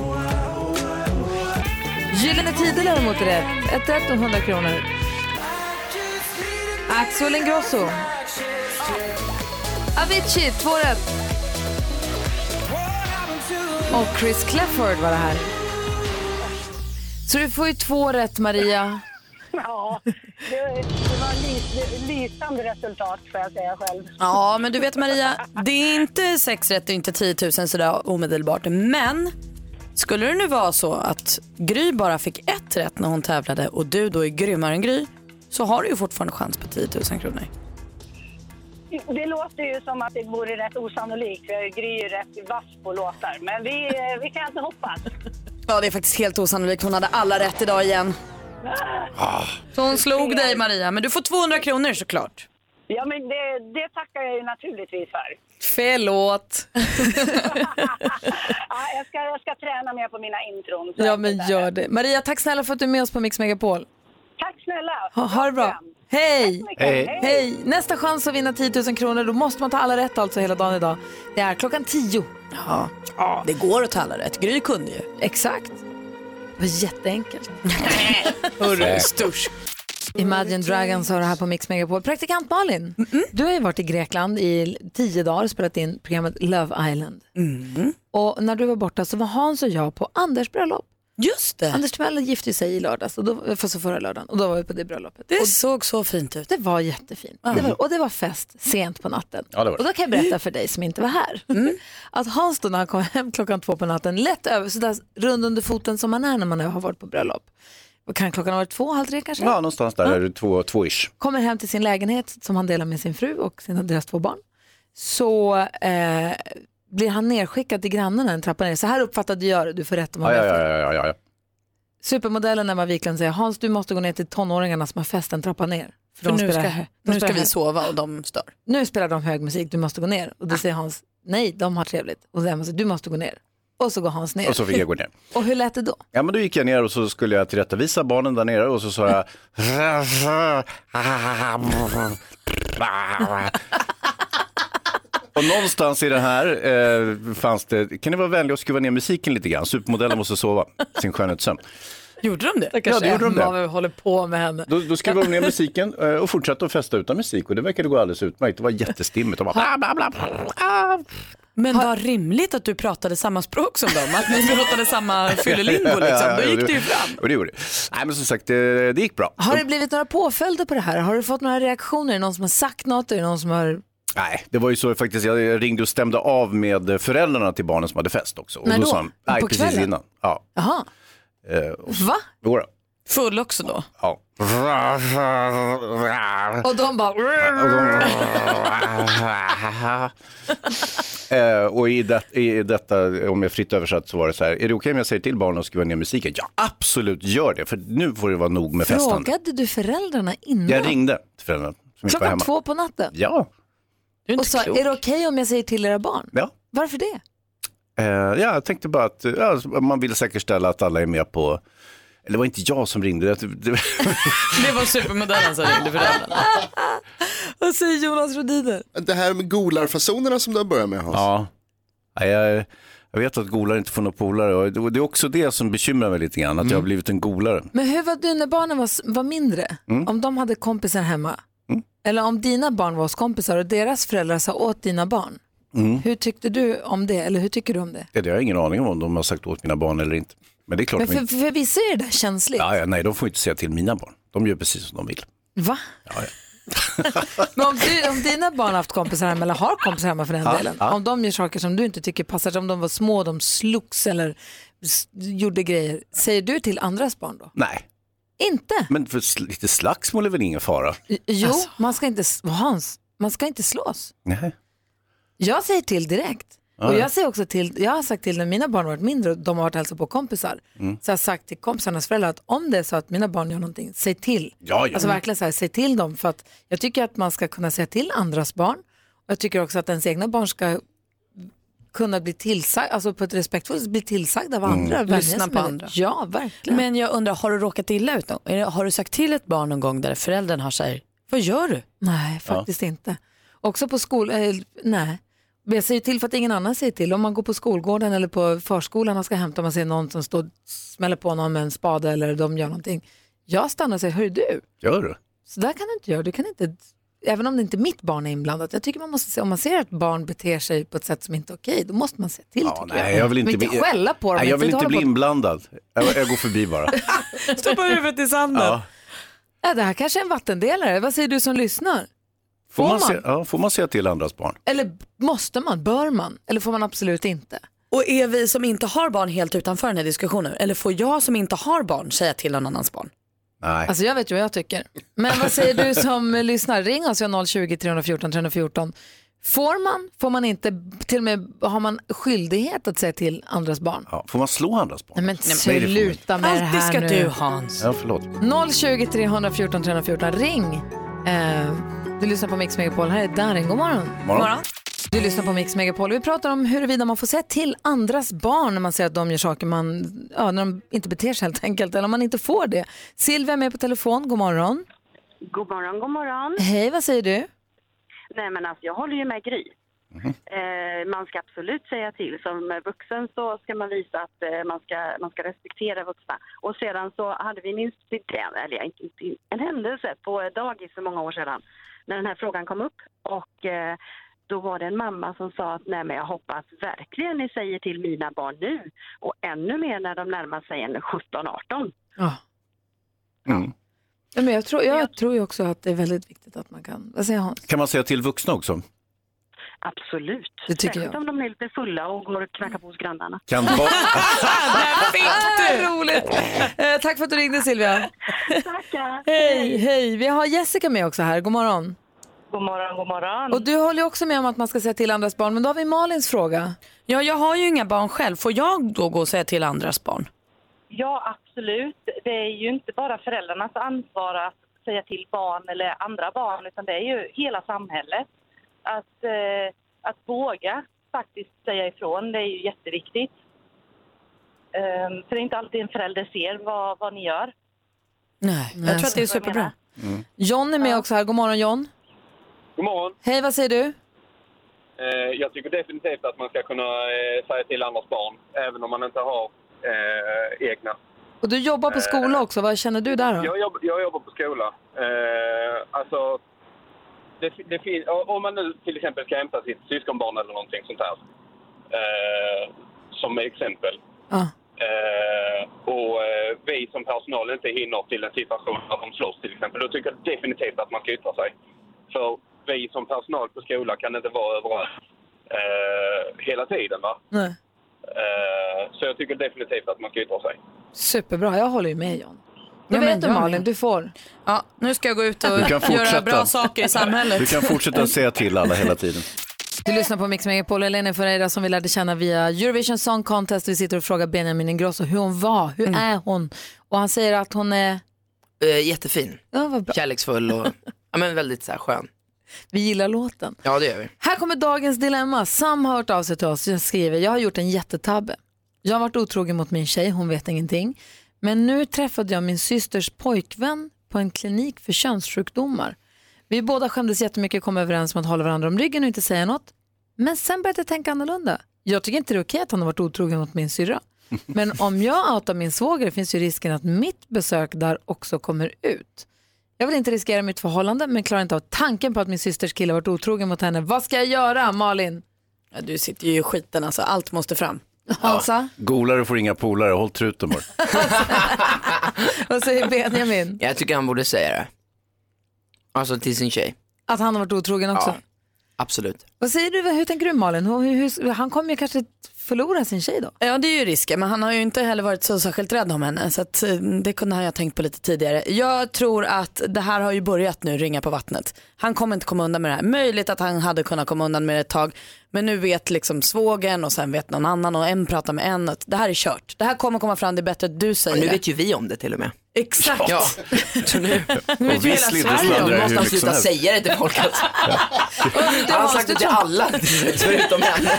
Speaker 1: Gyllene Tider däremot är rätt. Ett rätt och 100 kronor. Axel Ingrosso. Avicii, två rätt. Och Chris Clefford var det här. Så du får ju två rätt, Maria.
Speaker 7: Ja, det, det var lys, lysande resultat får jag säga själv.
Speaker 2: Ja, men du vet Maria, det är inte sex rätt och inte 10 000 sådär omedelbart. Men skulle det nu vara så att Gry bara fick ett rätt när hon tävlade och du då är grymmare än Gry så har du ju fortfarande chans på 10 000 kronor.
Speaker 7: Det låter ju som att det vore rätt osannolikt. för Gry är ju rätt vass på låtar. Men vi, eh, vi kan inte hoppas.
Speaker 2: Ja, det är faktiskt helt osannolikt. Hon hade alla rätt idag igen. Så hon slog dig Maria, men du får 200 kronor såklart.
Speaker 7: Ja, men det, det tackar jag ju naturligtvis för.
Speaker 2: Förlåt.
Speaker 7: Ja, jag, ska, jag ska träna mer på mina intron. så
Speaker 1: Ja,
Speaker 7: att
Speaker 1: men
Speaker 7: det där-
Speaker 1: gör det. Maria, tack snälla för att du är med oss på Mix Megapol.
Speaker 7: Tack snälla!
Speaker 1: Ha, ha det bra.
Speaker 7: Tack
Speaker 1: Hej!
Speaker 7: så mycket.
Speaker 3: Hej.
Speaker 1: Hej! Nästa chans att vinna 10 000 kronor, då måste man ta alla rätt alltså hela dagen idag. Det är klockan 10.
Speaker 2: Ja. Det går att ta alla rätt. Gry kunde ju.
Speaker 1: Exakt. Det var jätteenkelt.
Speaker 7: Mm.
Speaker 2: Hörru, störst.
Speaker 1: Imagine Dragons har det här på Mix Megapol. Praktikant Malin,
Speaker 7: Mm,
Speaker 1: du har ju varit i Grekland i tio dagar och spelat in programmet Love Island. Och när du var borta så var Hans och jag på Anders bröllop.
Speaker 2: Just det.
Speaker 1: Anders Timell gifte sig i lördags, och då, fast förra lördagen, och då var vi på det bröllopet.
Speaker 2: Det såg så fint ut.
Speaker 1: Det var jättefint. Det var, och det var fest sent på natten.
Speaker 3: Ja, det var det. Mm.
Speaker 1: Och då kan jag berätta för dig som inte var här. Att Hans då när han kom hem klockan två på natten, lätt över, sådär rund under foten som man är när man har varit på bröllop. Och kan klockan ha varit två, halv tre kanske?
Speaker 3: Ja, någonstans där är det två, två ish.
Speaker 1: Kommer hem till sin lägenhet som han delar med sin fru och sina, deras två barn. Så eh, blir han nerskickad till grannarna en trappa ner. Så här uppfattade jag det, du får rätta mig om
Speaker 3: Ja,
Speaker 1: jag
Speaker 3: ja,
Speaker 1: har fel.
Speaker 3: ja, ja, ja, ja.
Speaker 1: Supermodellen Emma Wiklund säger, Hans du måste gå ner till tonåringarna som har fest en trappa ner. För de
Speaker 2: nu
Speaker 1: spelar
Speaker 2: ska,
Speaker 1: hö- de
Speaker 2: nu ska
Speaker 1: spelar
Speaker 2: vi
Speaker 1: hö-
Speaker 2: sova och de stör.
Speaker 1: nu spelar de hög musik, du måste gå ner. Och
Speaker 3: Ah.
Speaker 1: då säger Hans, nej, de har trevligt. Och Emma säger, du måste gå ner. Och så går Hans ner.
Speaker 3: Och så fick jag gå ner.
Speaker 1: Och hur lät det då?
Speaker 3: Ja, men då gick jag ner och så skulle jag tillrättavisa barnen där nere och så sa jag... Och någonstans i den här eh, fanns det, kan ni vara vänliga och skruva ner musiken lite grann? Supermodellen måste sova sin skönhetssömn.
Speaker 2: Gjorde de det?
Speaker 3: Ja, det gjorde de det.
Speaker 1: Vad vi håller på med henne.
Speaker 3: Då, då skruvade de ner musiken eh, och fortsatte att festa utan musik och det verkade gå alldeles utmärkt. Det var jättestimmigt. De bara, bla, bla, bla.
Speaker 2: Ah. Men vad rimligt att du pratade samma språk som dem, att ni pratade samma fyllelingo
Speaker 3: Ja,
Speaker 2: liksom.
Speaker 3: ja,
Speaker 2: Då
Speaker 3: ja,
Speaker 2: gick det ju fram.
Speaker 3: Och det gjorde det. Nej, men som sagt, det, det gick bra.
Speaker 1: Har det blivit några påföljder på det här? Har du fått några reaktioner? Är det någon som har sagt något? Är det någon som har...
Speaker 3: Nej, det var ju så faktiskt. Jag ringde och stämde av med föräldrarna till barnen som hade fest också. Och
Speaker 1: När då?
Speaker 3: sa de, nej,
Speaker 1: På
Speaker 3: precis
Speaker 1: kvällen?
Speaker 3: innan. Ja.
Speaker 1: Jaha,
Speaker 3: Eh, och,
Speaker 1: va?
Speaker 3: jo då.
Speaker 2: Full också då.
Speaker 3: ja.
Speaker 1: Och de bara...
Speaker 3: Eh, och i, det, i detta, om jag fritt översatt, så var det så här, är det okej om jag säger till barnen att skruva ner musiken? Ja, absolut, gör det, för nu får det vara nog med festen.
Speaker 1: Frågade du föräldrarna innan?
Speaker 3: Jag ringde till föräldrarna som inte var
Speaker 1: Mm. Klockan
Speaker 3: hemma.
Speaker 1: två på natten?
Speaker 3: Ja,
Speaker 1: Och sa, är det okej om jag säger till era barn?
Speaker 3: ja.
Speaker 1: Varför det?
Speaker 3: Eh, ja, jag tänkte bara att eh, ja, man vill säkerställa att alla är med på, eller det var inte jag som ringde, det, det,
Speaker 2: Det var supermodellen som ringde föräldrarna.
Speaker 1: Vad säger Jonas Rhodiner?
Speaker 11: Det här med golarfasonerna som du har börjat med Hans.
Speaker 3: Ja, Nej, jag, jag vet att golare inte får några polare och det det är också det som bekymrar mig lite grann, att
Speaker 11: Mm.
Speaker 3: jag har blivit en golare.
Speaker 1: Men hur var du när barnen var, s- var mindre?
Speaker 3: Mm.
Speaker 1: Om de hade kompisar hemma? Eller om dina barn var hos kompisar och deras föräldrar sa åt dina barn?
Speaker 3: Mm.
Speaker 1: Hur tyckte du om det? Eller hur tycker du om det?
Speaker 3: Det har jag ingen aning om, om de har sagt åt mina barn eller inte. Men det är klart
Speaker 1: Men
Speaker 3: de
Speaker 1: för,
Speaker 3: inte...
Speaker 1: för vissa är det där känsligt.
Speaker 3: Ja, ja, nej, de får inte säga till mina barn. De gör precis som de vill.
Speaker 1: Va? Men om, du, om dina barn har haft kompisar hemma, eller har kompisar hemma för den
Speaker 3: Ja,
Speaker 1: delen,
Speaker 3: ja.
Speaker 1: om de gör saker som du inte tycker passar, som om de var små, de slogs eller s- gjorde grejer, säger du till andras barn då?
Speaker 3: Nej,
Speaker 1: Inte.
Speaker 3: men för sl- lite slagsmål är väl ingen fara?
Speaker 1: J- Jo,
Speaker 3: Alltså.
Speaker 1: man ska inte, s- Hans, man ska inte slås.
Speaker 3: Nej.
Speaker 1: Jag säger till direkt.
Speaker 3: Ja,
Speaker 1: Och
Speaker 3: ja.
Speaker 1: jag, säger också till, jag har sagt till när mina barn har varit mindre och de har varit och hälsat på kompisar.
Speaker 3: Mm.
Speaker 1: Så jag har sagt till kompisarnas föräldrar att om det är så att mina barn gör någonting, säg till.
Speaker 3: Ja, ja.
Speaker 1: Alltså verkligen så här, säg till dem. För att jag tycker att man ska kunna säga till andras barn. Och jag tycker också att ens egna barn ska kunna bli tillsagda, alltså på ett respektfullt sätt bli tillsagda av andra.
Speaker 3: Mm.
Speaker 1: vänja sig
Speaker 2: Lyssna på
Speaker 1: med det.
Speaker 2: andra.
Speaker 1: Ja, verkligen.
Speaker 2: Men jag undrar, har du råkat illa ut någon Är det- Har du sagt till ett barn någon gång där föräldern har sagt, vad gör du?
Speaker 1: Nej, faktiskt inte. Också på skol... Eh, nej. Men Jag säger till för att ingen annan säger till. Om man går på skolgården eller på förskolan och ska hämta, om man ser någon som står smäller på någon med en spade eller de gör någonting. Jag stannar och säger, hör du,
Speaker 3: Gör du?
Speaker 1: så där kan du inte göra. Du kan inte, även om det inte mitt barn är inblandat. Jag tycker man måste se, om man ser att barn beter sig på ett sätt som inte är okej, då måste man se till
Speaker 3: Ja,
Speaker 1: tycker
Speaker 3: nej,
Speaker 1: jag.
Speaker 3: jag vill inte,
Speaker 1: Men
Speaker 3: bli-
Speaker 1: skälla på dem.
Speaker 3: Nej, jag vill inte
Speaker 1: hålla
Speaker 3: bli
Speaker 1: på-
Speaker 3: inblandad. Jag, jag går förbi bara.
Speaker 1: Stoppa huvudet i sanden.
Speaker 3: Ja.
Speaker 1: Ja, Äh, det här kanske är en vattendelare. Vad säger du som lyssnar?
Speaker 3: Får,
Speaker 1: Får
Speaker 3: man
Speaker 1: man?
Speaker 3: se, ja, får man säga till andras barn?
Speaker 1: Eller b- måste man? Bör man? Eller får man absolut inte?
Speaker 2: Och är vi som inte har barn helt utanför den här diskussionen? Eller får jag som inte har barn säga till någon annans barn?
Speaker 3: Nej.
Speaker 1: Alltså jag vet ju vad jag tycker. Men vad säger du som lyssnar? Ring oss 020-314 314. Får man? Får man inte? Till och med har man skyldighet att säga till andras barn?
Speaker 3: Ja, får man slå andras barn?
Speaker 1: Nej men
Speaker 3: Nej, det får man inte.
Speaker 1: sluta med det här
Speaker 2: Alltid ska
Speaker 1: nu.
Speaker 2: du Hans.
Speaker 3: Ja, förlåt.
Speaker 1: 020 314 314. Ring. Eh, du lyssnar på Mix Megapol. Här är Darin. God morgon.
Speaker 3: Morgon. Morgon.
Speaker 1: Du lyssnar på Mix Megapol. Vi pratar om huruvida man får säga till andras barn när man ser att de gör saker man, ja, när de inte beter sig helt enkelt. Eller om man inte får det. Silvia är med på telefon. God morgon.
Speaker 4: God morgon, god morgon.
Speaker 1: Hej, vad säger du?
Speaker 4: Nej, men alltså, jag håller ju med Gry. Eh, man ska absolut säga till. Som vuxen så ska man visa att eh, man, ska, man ska respektera vuxna. Och sedan så hade vi min student, eller ja, inte, inte, en händelse på eh, dagis för många år sedan när den här frågan kom upp. Och eh, då var det en mamma som sa att nej men jag hoppas verkligen ni säger till mina barn nu och ännu mer när de närmar sig en 17-18.
Speaker 1: Ja.
Speaker 3: Mm.
Speaker 1: Ja, Men jag, tror, jag tror ju också att det är väldigt viktigt att man kan, alltså, vad säger Hans?
Speaker 3: Kan man säga till vuxna också?
Speaker 4: Absolut.
Speaker 1: Det tycker
Speaker 4: Särskilt
Speaker 1: jag.
Speaker 4: om de är lite fulla och går och knackar på hos grannarna.
Speaker 3: Kan barn...
Speaker 1: Ah, roligt! Eh, tack för att du ringde Silvia.
Speaker 4: Tackar.
Speaker 1: Hej, hej. Vi har Jessica med också här. God morgon.
Speaker 12: God morgon, god morgon.
Speaker 1: Och du håller ju också med om att man ska säga till andras barn, men då har vi Malins fråga.
Speaker 2: Ja, jag har ju inga barn själv. Får jag då gå och säga till andras barn?
Speaker 12: Ja, absolut. Det är ju inte bara föräldrarnas ansvar att säga till barn eller andra barn, utan det är ju hela samhället. Att, eh, att våga faktiskt säga ifrån, det är ju jätteviktigt. Ehm, för det är inte alltid en förälder ser vad, vad ni gör.
Speaker 2: Nej, jag tror att det är superbra.
Speaker 1: John är med också här. God morgon John.
Speaker 13: God morgon.
Speaker 1: Hej, vad säger du?
Speaker 13: Eh, jag tycker definitivt att man ska kunna eh, säga till andras barn, även om man inte har eh, egna.
Speaker 1: Och du jobbar på skola också, vad känner du där då?
Speaker 13: Jag, jobb, jag jobbar på skola. Eh, alltså, det, fi- det fin- om man nu till exempel ska hämta sitt syskonbarn eller någonting sånt här, eh, som exempel.
Speaker 1: Ja.
Speaker 13: Eh, och eh, vi som personal inte hinner till en situation där de slåss till exempel, då tycker jag definitivt att man ska yttra sig. För vi som personal på skolan kan inte vara överallt eh, hela tiden. Va?
Speaker 1: Nej.
Speaker 13: Eh, så jag tycker definitivt att man ska yttra sig.
Speaker 1: Superbra, jag håller ju med John. Det
Speaker 2: Ja, men
Speaker 1: vet du
Speaker 2: jag
Speaker 1: Malin, du får.
Speaker 2: Ja, nu ska jag gå ut
Speaker 3: Du kan
Speaker 2: och
Speaker 3: fortsätta.
Speaker 2: göra bra saker i samhället.
Speaker 3: Du kan fortsätta säga till alla hela tiden.
Speaker 1: Du lyssnar på Mix Megapol och Elena Ferreira som vi lärde känna via Eurovision Song Contest. Vi sitter och frågar Benjamin Ingrosso hur hon var, hur
Speaker 2: Mm.
Speaker 1: är hon? Och han säger att hon är,
Speaker 14: Eh, jättefin.
Speaker 1: Ja, vad bra.
Speaker 14: Kärleksfull och ja, men väldigt så här, skön.
Speaker 1: vi gillar låten.
Speaker 14: Ja det gör vi.
Speaker 1: Här kommer dagens dilemma. Sam har hört av sig till oss och skriver, jag har gjort en jättetabbe. Jag har varit otrogen mot min tjej, hon vet ingenting. Men nu träffade jag min systers pojkvän på en klinik för könssjukdomar. Vi båda skämdes jättemycket och kom överens om att hålla varandra om ryggen och inte säga något. Men sen började jag tänka annorlunda. Jag tycker inte det är okej att han har varit otrogen mot min syrra. Men om jag outar min svåger finns ju risken att mitt besök där också kommer ut. Jag vill inte riskera mitt förhållande men klarar inte av tanken på att min systers kille varit otrogen mot henne. Vad ska jag göra Malin?
Speaker 2: Ja, du sitter ju i skiten alltså, allt måste fram. Hansa,
Speaker 3: Golare får inga polare, håll truten bara.
Speaker 1: Vad säger Benjamin?
Speaker 14: Jag tycker han borde säga det. Alltså till sin tjej.
Speaker 1: Att han har varit otrogen också?
Speaker 14: Ja, absolut.
Speaker 1: Vad säger du, hur tänker du Malin? Hur, hur, hur, han kommer ju kanske förlora sin tjej då?
Speaker 2: Ja det är ju risken men han har ju inte heller varit så särskilt rädd om henne så att, eh, det kunde han ju ha tänkt på lite tidigare. Jag tror att det här har ju börjat nu ringa på vattnet. Han kommer inte komma undan med det här. Möjligt att han hade kunnat komma undan med det ett tag men nu vet liksom svågen och sen vet någon annan och en pratar med en. att Det här är kört. Det här kommer komma fram, det är bättre att du säger
Speaker 14: Och nu
Speaker 2: det.
Speaker 14: vet ju vi om det till och med.
Speaker 2: Exakt.
Speaker 14: Ja. Så nu,
Speaker 2: vet ju hela Sverige om
Speaker 14: Nu
Speaker 2: det.
Speaker 14: måste han sluta säga det till folk. Alltså. Han har sagt det till alla förutom henne.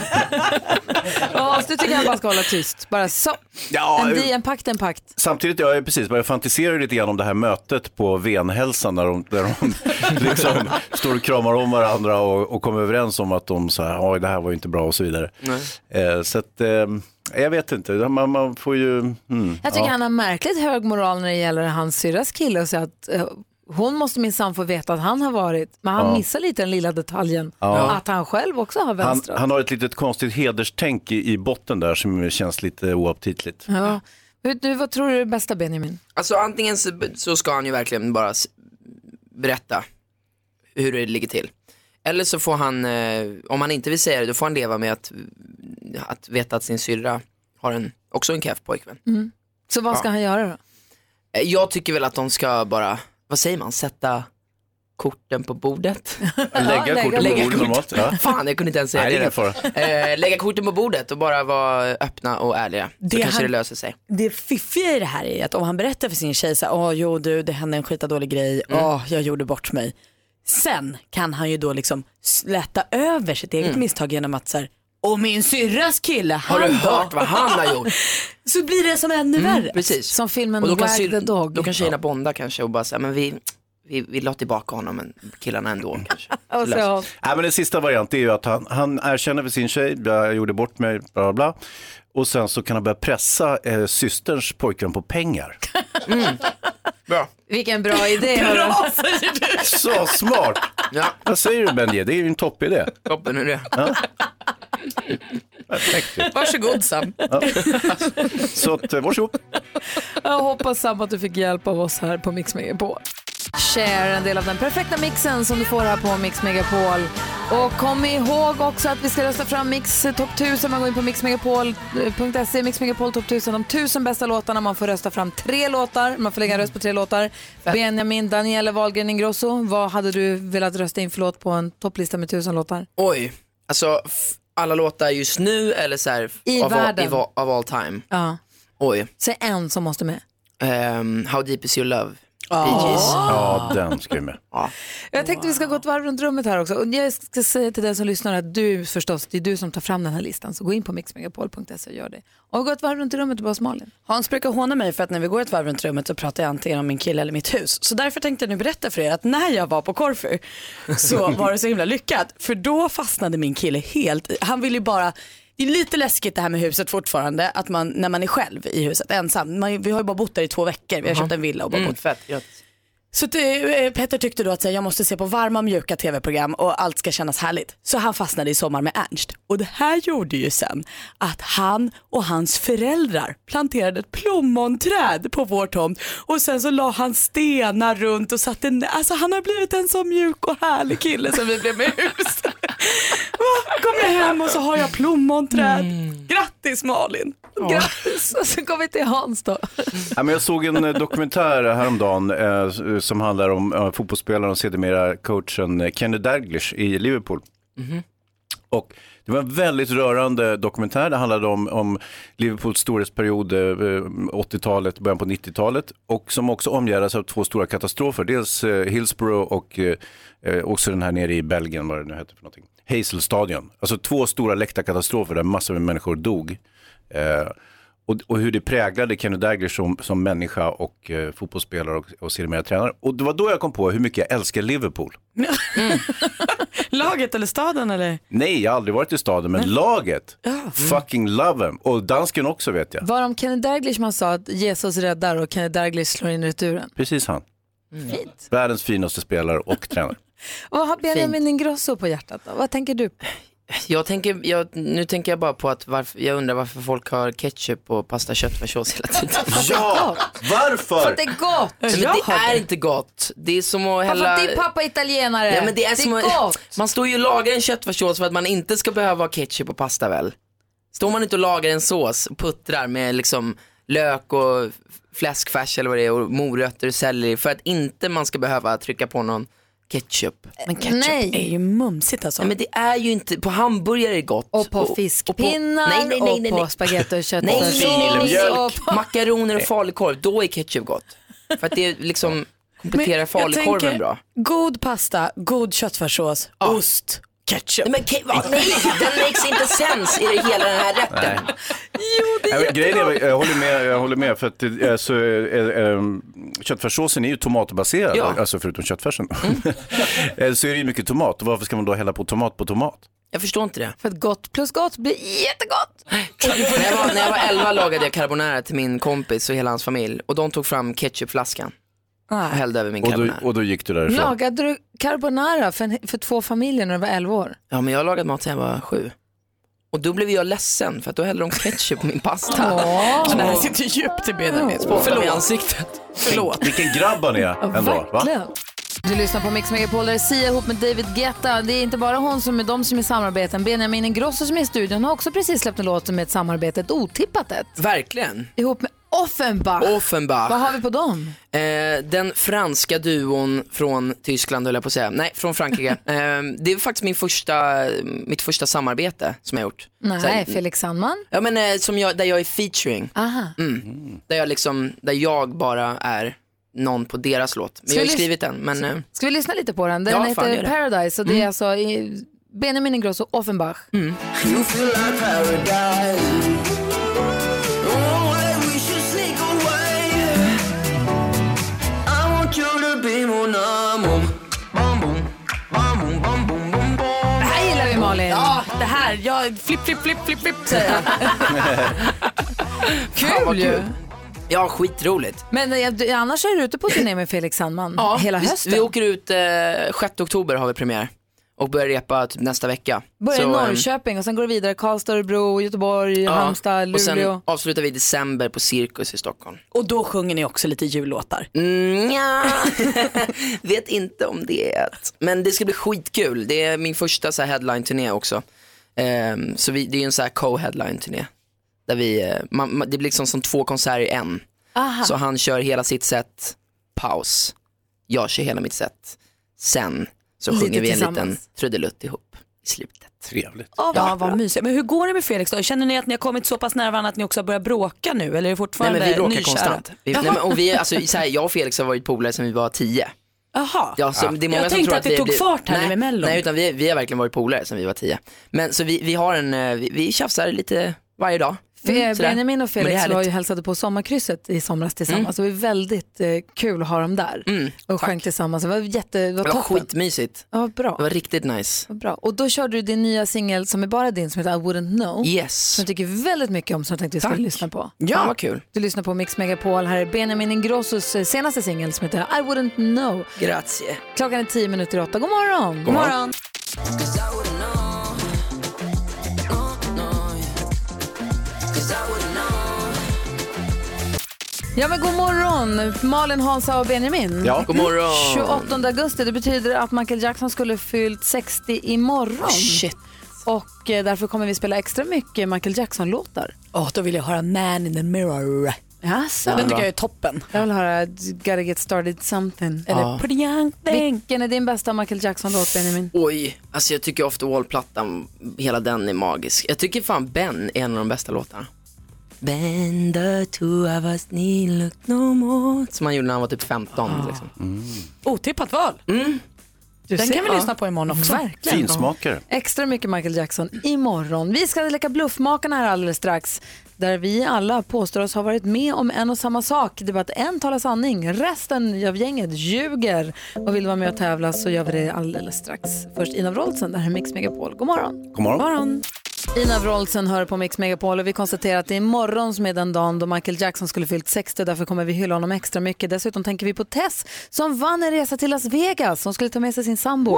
Speaker 1: Ja, så du tycker han bara ska hålla tyst? Bara så.
Speaker 3: Ja,
Speaker 1: en, di, en pakt är en pakt.
Speaker 3: Samtidigt, jag är precis, men jag fantiserar lite grann om det här mötet på Venhälsan där de, där de liksom står och kramar om varandra och, och kommer överens om att de så här, oj det här var ju inte bra och så vidare. Eh, så att, eh, jag vet inte, man, man får ju... Mm,
Speaker 1: Jag tycker
Speaker 3: ja.
Speaker 1: han har märkligt hög moral när det gäller hans syrras kille och säga att eh, hon måste minsann få veta att han har varit, men han
Speaker 3: Ja.
Speaker 1: missar lite den lilla detaljen
Speaker 3: Ja.
Speaker 1: att han själv också har
Speaker 3: han,
Speaker 1: vänstrat.
Speaker 3: han har ett litet konstigt hederstänk i, i botten där som känns lite oaptitligt.
Speaker 1: Ja. Hur- Du, vad tror du är det bästa Benjamin?
Speaker 14: Alltså antingen så, så ska han ju verkligen bara s- berätta hur det ligger till. Eller så får han, eh, om han inte vill säga det, då får han leva med att, att veta att sin syrra har en, också en keff pojkvän.
Speaker 1: Mm. Så vad ska
Speaker 14: Ja.
Speaker 1: han göra då?
Speaker 14: Eh, Jag tycker väl att de ska bara, vad säger man, sätta korten på bordet.
Speaker 3: Lägga korten på bordet normalt, ja.
Speaker 14: Fan, jag kunde inte ens säga
Speaker 3: Nej, det är
Speaker 14: det.
Speaker 3: ingen fara.
Speaker 14: Eh, lägga korten på bordet och bara vara öppna och ärliga.
Speaker 2: Det
Speaker 14: så kanske
Speaker 2: han-
Speaker 14: det löser sig.
Speaker 2: Det fiffiga i det här är att om han berättar för sin tjej så här, åh jo du, det hände en skitdålig grej,
Speaker 14: Mm.
Speaker 2: åh jag gjorde bort mig. Sen kan han ju då liksom släta över sitt eget
Speaker 14: Mm.
Speaker 2: misstag genom att så här, och min syrras kille, han
Speaker 14: Har du
Speaker 2: då?"
Speaker 14: hört vad han har gjort?
Speaker 2: Så blir det som ännu
Speaker 14: Mm,
Speaker 2: värre.
Speaker 14: Precis.
Speaker 1: Som filmen
Speaker 14: Och då kan
Speaker 1: Wag
Speaker 14: syr-
Speaker 1: the Dog.
Speaker 14: Då kan tjejerna bonda kanske och bara säga, men vi, vi, vi la tillbaka honom men killarna ändå kanske.
Speaker 1: Och så,
Speaker 3: Nej, men den sista varianten är ju att han, han erkänner för sin tjej, jag gjorde bort mig, bla bla bla. Och sen så kan han börja pressa eh, systerns pojkvän på pengar.
Speaker 1: vilken bra idé. hörru.
Speaker 3: Så smart!
Speaker 14: Ja.
Speaker 3: Vad säger du Benji? Det är ju en toppidé.
Speaker 14: Toppen är det.
Speaker 3: Ja.
Speaker 2: Varsågod Sam.
Speaker 3: Ja. Så att, eh, varsågod.
Speaker 1: Jag hoppas Sam att du fick hjälp av oss här på Mix Megapol. Share en del av den perfekta mixen som du får här på Mix Megapol. Och kom ihåg också att vi ska rösta fram Mix Top 1000. Man går in på mixmegapol.se, Mix Megapol Top 1000. De 1000 bästa låtarna. Man får rösta fram tre låtar. Man får lägga en röst på tre låtar. Benjamin, Daniele Wahlgren Ingrosso. Vad hade du velat rösta in för låt på en topplista med 1000 låtar?
Speaker 14: Oj, alltså f- alla låtar just nu eller så här,
Speaker 1: I
Speaker 14: av, all-
Speaker 1: världen.
Speaker 14: i va- av all time.
Speaker 1: Ja.
Speaker 14: Oj,
Speaker 1: Säg en som måste med.
Speaker 14: Ehm, How Deep Is Your Love, Bee Gees.
Speaker 3: Ja, den ska ju med.
Speaker 14: Ja.
Speaker 1: Jag tänkte vi ska gå ett varv runt rummet här också. Och jag ska säga till den som lyssnar att du förstås, det är du som tar fram den här listan. Så gå in på mixmegapol.se och gör det. Och gå ett varv runt rummet och bara Malin.
Speaker 2: Hans brukar håna mig för att när vi går ett varv runt rummet så pratar jag antingen om min kille eller mitt hus. Så därför tänkte jag nu berätta för er att när jag var på Korfu så var det så himla lyckat. För då fastnade min kille helt i, han ville ju bara, det är lite läskigt det här med huset fortfarande, att man, när man är själv i huset ensam. Man, vi har ju bara bott där i två veckor, vi har köpt en villa och bara bott.
Speaker 14: Fett, gött.
Speaker 2: Så att, eh, Petter tyckte då att så här, jag måste se på varma mjuka tv-program och allt ska kännas härligt. Så han fastnade i Sommar med Ernst. Och det här gjorde ju sen att han och hans föräldrar planterade ett plommonträd på vår tomt och sen så la han stenar runt och satte en, alltså han har blivit en så mjuk och härlig kille som vi blev med i huset. Va? Kommer jag hem och så har jag plommonträd. Grattis Malin!
Speaker 1: Grattis! Och så kommer vi till Hans då.
Speaker 3: Ja, men jag såg en eh, dokumentär häromdagen eh, som handlar om eh, fotbollsspelaren och sedermera coachen eh, Kenny Dalglish i Liverpool.
Speaker 15: Mm-hmm.
Speaker 3: Och det var en väldigt rörande dokumentär. Det handlade om, om Liverpools storhetsperiod, eh, 80-talet, början på 90-talet. Och som också omgärdas av två stora katastrofer. Dels eh, Hillsborough och eh, eh, också den här nere i Belgien, vad det nu hette för någonting. Hazelstadion. Alltså två stora läktarkatastrofer där massor med människor dog. Eh, och, och hur det präglade Kenny Dalglish som, som människa och eh, fotbollsspelare och, och sedermera tränare. Och det var då jag kom på hur mycket jag älskar Liverpool.
Speaker 2: Laget eller staden eller?
Speaker 14: Eh,
Speaker 3: Nej, jag har aldrig varit i staden, men laget,
Speaker 14: Mm.
Speaker 3: fucking love him. Och dansken också vet jag.
Speaker 1: Var om Kenny Dalglish man sa att Jesus räddar och Kenny Dalglish slår in returen?
Speaker 3: Precis han.
Speaker 14: Mm.
Speaker 1: Fint.
Speaker 3: Världens finaste spelare och tränare.
Speaker 1: Och vad har Benjamin Ingrosso på hjärtat då? Vad tänker du? på?
Speaker 14: Jag tänker, jag, nu tänker jag bara på att varför, jag undrar varför folk har ketchup och pasta köttfärssås hela tiden.
Speaker 3: Ja, varför?
Speaker 1: För att det är gott.
Speaker 14: Nej, men det är inte gott. Det är som
Speaker 1: Pappa,
Speaker 14: att hälla...
Speaker 1: det är pappa italienare.
Speaker 14: Ja, men det är, som att-
Speaker 1: gott.
Speaker 14: Man står ju och lagar en köttfärssås för att man inte ska behöva ha ketchup och pasta väl? Står man inte och lagar en sås och puttrar med liksom lök och fläskfärs eller vad det är och morötter och selleri för att inte man ska behöva trycka på någon ketchup.
Speaker 2: Men ketchup är ju mumsigt alltså.
Speaker 14: Nej, men det är ju inte, på hamburgare är det gott.
Speaker 1: Och på fiskpinnar
Speaker 14: nej, nej, nej, nej,
Speaker 1: och på
Speaker 14: nej.
Speaker 1: spagetti och
Speaker 14: Nej,
Speaker 1: köttfärssås.
Speaker 14: nej, nej,
Speaker 1: och
Speaker 14: nej. Makaroner och falukorv, då är ketchup gott. För att det är liksom kompletterar falukorven bra.
Speaker 2: God pasta, god köttfärssås, ost, ketchup.
Speaker 14: Men ke- vad? Nej, den makes inte sense i hela den här rätten.
Speaker 3: Nej. Ja, men Grejen är, jag håller med, jag håller med för att eh, så, eh, eh, köttfärssåsen är ju tomatbaserad,
Speaker 14: Ja. Mm.
Speaker 3: alltså förutom köttfärsen. Eh, så är det ju mycket tomat, och varför ska man då hälla på tomat på tomat?
Speaker 14: Jag förstår inte det.
Speaker 1: För att gott plus gott blir jättegott.
Speaker 14: när, jag var, när jag var 11 lagade jag carbonara till min kompis och hela hans familj och de tog fram ketchupflaskan
Speaker 1: Ah.
Speaker 14: och hällde över min
Speaker 3: Och då,
Speaker 14: carbonara.
Speaker 3: och då gick du därifrån.
Speaker 1: Lagade du carbonara för, en, för två familjer när du var 11 år?
Speaker 14: Ja men jag lagade mat sedan jag var sju. Och då blev jag ledsen för att då hällde de ketchup på min pasta.
Speaker 1: Åh.
Speaker 14: Så det här sitter djupt i benen.
Speaker 1: Åh.
Speaker 14: Oh. Förlåt.
Speaker 1: Förlåt.
Speaker 14: I ansiktet. Förlåt.
Speaker 3: Vilken grabb han är ändå. Va?
Speaker 1: Verkligen. Du lyssnar på Mix Megapol där det är Sia ihop med David Guetta. Det är inte bara hon som är de som är i samarbeten. Benjamin Ingrosso som är i studion har också precis släppt en låt som är ett samarbete, ett otippat ett.
Speaker 14: Verkligen.
Speaker 1: Ihop med Offenbach.
Speaker 14: Offenbach.
Speaker 1: Vad har vi på dem?
Speaker 14: Eh, den franska duon från Tyskland höll jag på att säga. Nej, från Frankrike. eh, det är faktiskt min första, mitt första samarbete som jag gjort. Så här-
Speaker 1: Nej, Felix Sandman.
Speaker 14: Ja men eh, som jag, där jag är featuring.
Speaker 1: Aha.
Speaker 14: Mm. Där, jag liksom, där jag bara är någon på deras låt. Men
Speaker 1: Ska
Speaker 14: jag har
Speaker 1: vi
Speaker 14: ju
Speaker 1: lys-
Speaker 14: skrivit den. Men, eh,
Speaker 1: Ska vi lyssna lite på den? Den
Speaker 14: Ja, fan,
Speaker 1: heter
Speaker 14: gör det.
Speaker 1: Paradise och det är
Speaker 14: Mm.
Speaker 1: alltså i Benjamin Ingrosso, Offenbach.
Speaker 16: You feel like paradise. Oh, why we should sneak away. I want you to be mon amour. Bom, bom, bom, bom, bom, bom, bom, bom.
Speaker 1: Det här gillar vi Malin.
Speaker 2: Ja, det här. Jag, flipp, flipp, flipp, flipp, flipp säger jag.
Speaker 14: Fan, vad kul Ja, skitroligt.
Speaker 1: Men eh, du- annars är du ute på turné med Felix Sandman hela
Speaker 14: vi,
Speaker 1: hösten.
Speaker 14: Vi åker ut eh, 6 oktober har vi premiär och börjar repa typ nästa vecka.
Speaker 1: Börjar i
Speaker 14: Så, ehm,
Speaker 1: Norrköping och sen går det vidare Karlstad, Örebro, Göteborg,
Speaker 14: ja,
Speaker 1: Halmstad,
Speaker 14: Och
Speaker 1: Luleå.
Speaker 14: sen avslutar vi i december på Cirkus i Stockholm.
Speaker 2: Och då sjunger ni också lite jullåtar.
Speaker 14: Mm, ja. Vet inte om det är ett. Men det ska bli skitkul. Det är min första så här headline-turné också. Ehm, så vi, det är ju en så här co-headline-turné. Där vi, eh, man, man, det blir liksom som två konserter i en.
Speaker 17: Uh-huh.
Speaker 1: Aha.
Speaker 14: Så han kör hela sitt set, paus. Jag kör hela mitt set. Sen så
Speaker 2: Lite
Speaker 14: sjunger vi en liten
Speaker 2: tillsammans.
Speaker 14: trudelutt ihop i slutet.
Speaker 3: Trevligt.
Speaker 2: Ja, ja, vad mysigt. Men hur går det med Felix då? Känner ni att ni har kommit så pass nära varandra att ni också har börjat bråka nu? Eller är det
Speaker 14: Nej
Speaker 2: fortfarande
Speaker 14: men vi bråkar
Speaker 2: nykära?
Speaker 14: konstant. Vi, nej, men, och vi, är- alltså, så här, jag och Felix har varit polare sedan vi var tio.
Speaker 2: Jaha,
Speaker 14: Ja, så det är många
Speaker 2: jag
Speaker 14: som
Speaker 2: tänkte
Speaker 14: tror
Speaker 2: att det
Speaker 14: vi
Speaker 2: tog
Speaker 14: blir-
Speaker 2: fart här nu
Speaker 14: nej,
Speaker 2: med Mello.
Speaker 14: Nej, utan vi, vi har verkligen varit polare sedan vi var tio. Men så vi, vi har en, eh, vi, vi tjafsar lite varje dag.
Speaker 1: Fe-
Speaker 14: mm, sådär.
Speaker 1: Benjamin och
Speaker 14: Men det är
Speaker 1: Felix
Speaker 14: härligt. Mm.
Speaker 1: var ju hälsade på sommarkrysset i somras tillsammans. Det var väldigt eh, kul att ha dem där och sjöng tillsammans. Det var, jätte, det var
Speaker 14: Det var
Speaker 1: toppen.
Speaker 14: skitmysigt.
Speaker 1: Ja, bra.
Speaker 14: Det var riktigt nice.
Speaker 1: Bra. Och då körde du din nya singel som är bara din som heter I wouldn't know.
Speaker 14: Yes.
Speaker 1: Som jag tycker väldigt mycket om som jag tänkte vi skulle
Speaker 14: Tack.
Speaker 1: lyssna på.
Speaker 14: Ja. Fan, vad kul.
Speaker 1: Du lyssnar på Mix Megapol. Här är Benjamin Ingrossos eh, senaste singel som heter I wouldn't know.
Speaker 14: Grazie.
Speaker 1: Klockan är tio minuter i åtta. God morgon.
Speaker 14: God morgon.
Speaker 1: Ja men god morgon, Malin, Hansa och Benjamin.
Speaker 14: Ja. God morgon.
Speaker 1: 28 augusti, det betyder att Michael Jackson skulle fyllt 60 imorgon.
Speaker 2: Ah, Shit.
Speaker 1: Och eh, därför kommer vi spela extra mycket Michael Jackson-låtar.
Speaker 2: Åh, då vill jag höra Man in the Mirror.
Speaker 14: Mm.
Speaker 1: Jaså?
Speaker 2: Den tycker jag är toppen.
Speaker 1: Jag vill höra Gotta Get Started Something.
Speaker 2: Eller
Speaker 14: Ja.
Speaker 2: Pretty Young Thing.
Speaker 1: Vilken är din bästa Michael Jackson-låt Benjamin?
Speaker 14: Oj, alltså jag tycker ofta Wall-plattan, hela den är magisk. Jag tycker fan Ben är en av de bästa låtarna. Ben, the two of us need look no more. Som han gjorde när han var typ 15.
Speaker 1: Ah.
Speaker 14: Liksom.
Speaker 2: Otippat val.
Speaker 14: Mm.
Speaker 1: Du
Speaker 2: Den
Speaker 1: ser.
Speaker 2: kan vi
Speaker 1: Ja.
Speaker 2: lyssna på imorgon också.
Speaker 1: Verkligen.
Speaker 3: Finsmakare.
Speaker 1: Extra mycket Michael Jackson imorgon. Vi ska leka Bluffmakarna här alldeles strax. Där vi alla påstår oss ha varit med om en och samma sak. Det är bara att en talar sanning, resten av gänget ljuger. Och vill du vara med och tävla så gör vi det alldeles strax. Först Ina Wroldsen, det här är Mix Megapol. God morgon.
Speaker 3: God morgon.
Speaker 1: morgon. Ina Wroldsen hör på Mix Megapol och vi konstaterar att det är imorgon som är den dagen då Michael Jackson skulle fyllt 60 och därför kommer vi hylla honom extra mycket. Dessutom tänker vi på Tess som vann en resa till Las Vegas. Hon skulle ta med sig sin sambo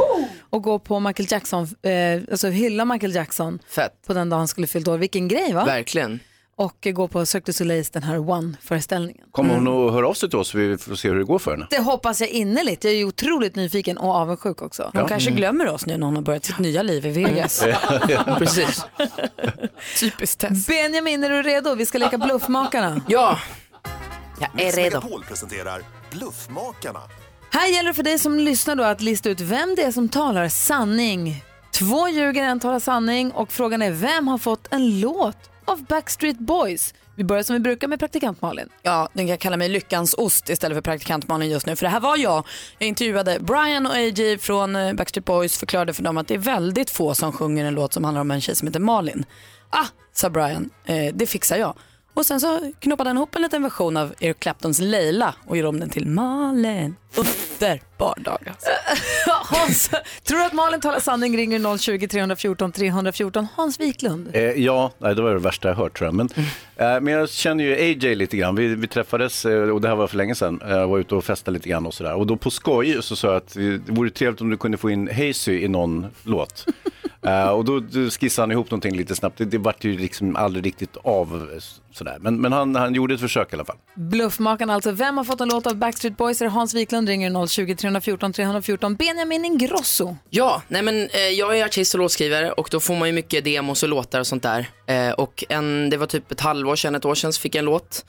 Speaker 1: och gå på Michael Jackson, eh, alltså hylla Michael Jackson på den dagen han skulle fyllt år. Vilken grej va?
Speaker 14: Verkligen.
Speaker 1: Och eh, gå på Cirque du Soleils den här One-föreställningen.
Speaker 3: Kommer
Speaker 14: Mm.
Speaker 3: hon att höra av sig till oss så vi får se hur det går för henne?
Speaker 1: Det hoppas jag innerligt. Jag är ju otroligt nyfiken och avundsjuk också.
Speaker 2: Hon kanske glömmer oss nu när hon har börjat sitt nya liv i Vegas.
Speaker 14: Precis.
Speaker 2: Typiskt test.
Speaker 1: Benjamin, är du redo? Vi ska leka Bluffmakarna.
Speaker 14: ja.
Speaker 1: Jag är
Speaker 10: Mix
Speaker 1: redo.
Speaker 10: Megapol presenterar Bluffmakarna.
Speaker 1: Här gäller det för dig som lyssnar då att lista ut vem det är som talar sanning. Två ljuger, en talar sanning och frågan är vem har fått en låt av Backstreet Boys? Vi börjar som vi brukar med praktikant Malin.
Speaker 2: Ja, den kan kalla mig Lyckans ost istället för praktikant Malin just nu. För det här var jag. Jag intervjuade Brian och AJ från eh, Backstreet Boys, förklarade för dem att det är väldigt få som sjunger en låt som handlar om en tjej som heter Malin. Ah, sa Brian, eh, det fixar jag. Och sen så knoppade han ihop en liten version av Eric Claptons Leila och gjorde om den till Malin. Underbar dag alltså.
Speaker 1: Hans, tror du att Malin talar sanning ringer 020 314 314 Hans Wiklund.
Speaker 3: Eh, ja, nej, det var det värsta jag hört tror jag. Men, eh, men jag känner ju AJ lite grann. Vi, vi träffades, eh, och det här var för länge sedan, eh, var ute och festade lite grann och sådär. Och då på skoj så sa jag att eh, det vore trevligt om du kunde få in Hazy i någon låt. Eh, och då, då skissade han ihop någonting lite snabbt. Det, det vart ju liksom aldrig riktigt av eh, sådär. Men, men han, han gjorde ett försök i alla fall.
Speaker 1: Bluffmakarna alltså, vem har fått en låt av Backstreet Boys? Är det Hans Wiklund ringer 020 314 314 Benjamin Ingrosso.
Speaker 14: Ja, nej men eh, jag är artist och låtskrivare och då får man ju mycket demos och låtar och sånt där. Eh, och en, det var typ ett halvår sedan, ett år sedan, så fick jag en låt.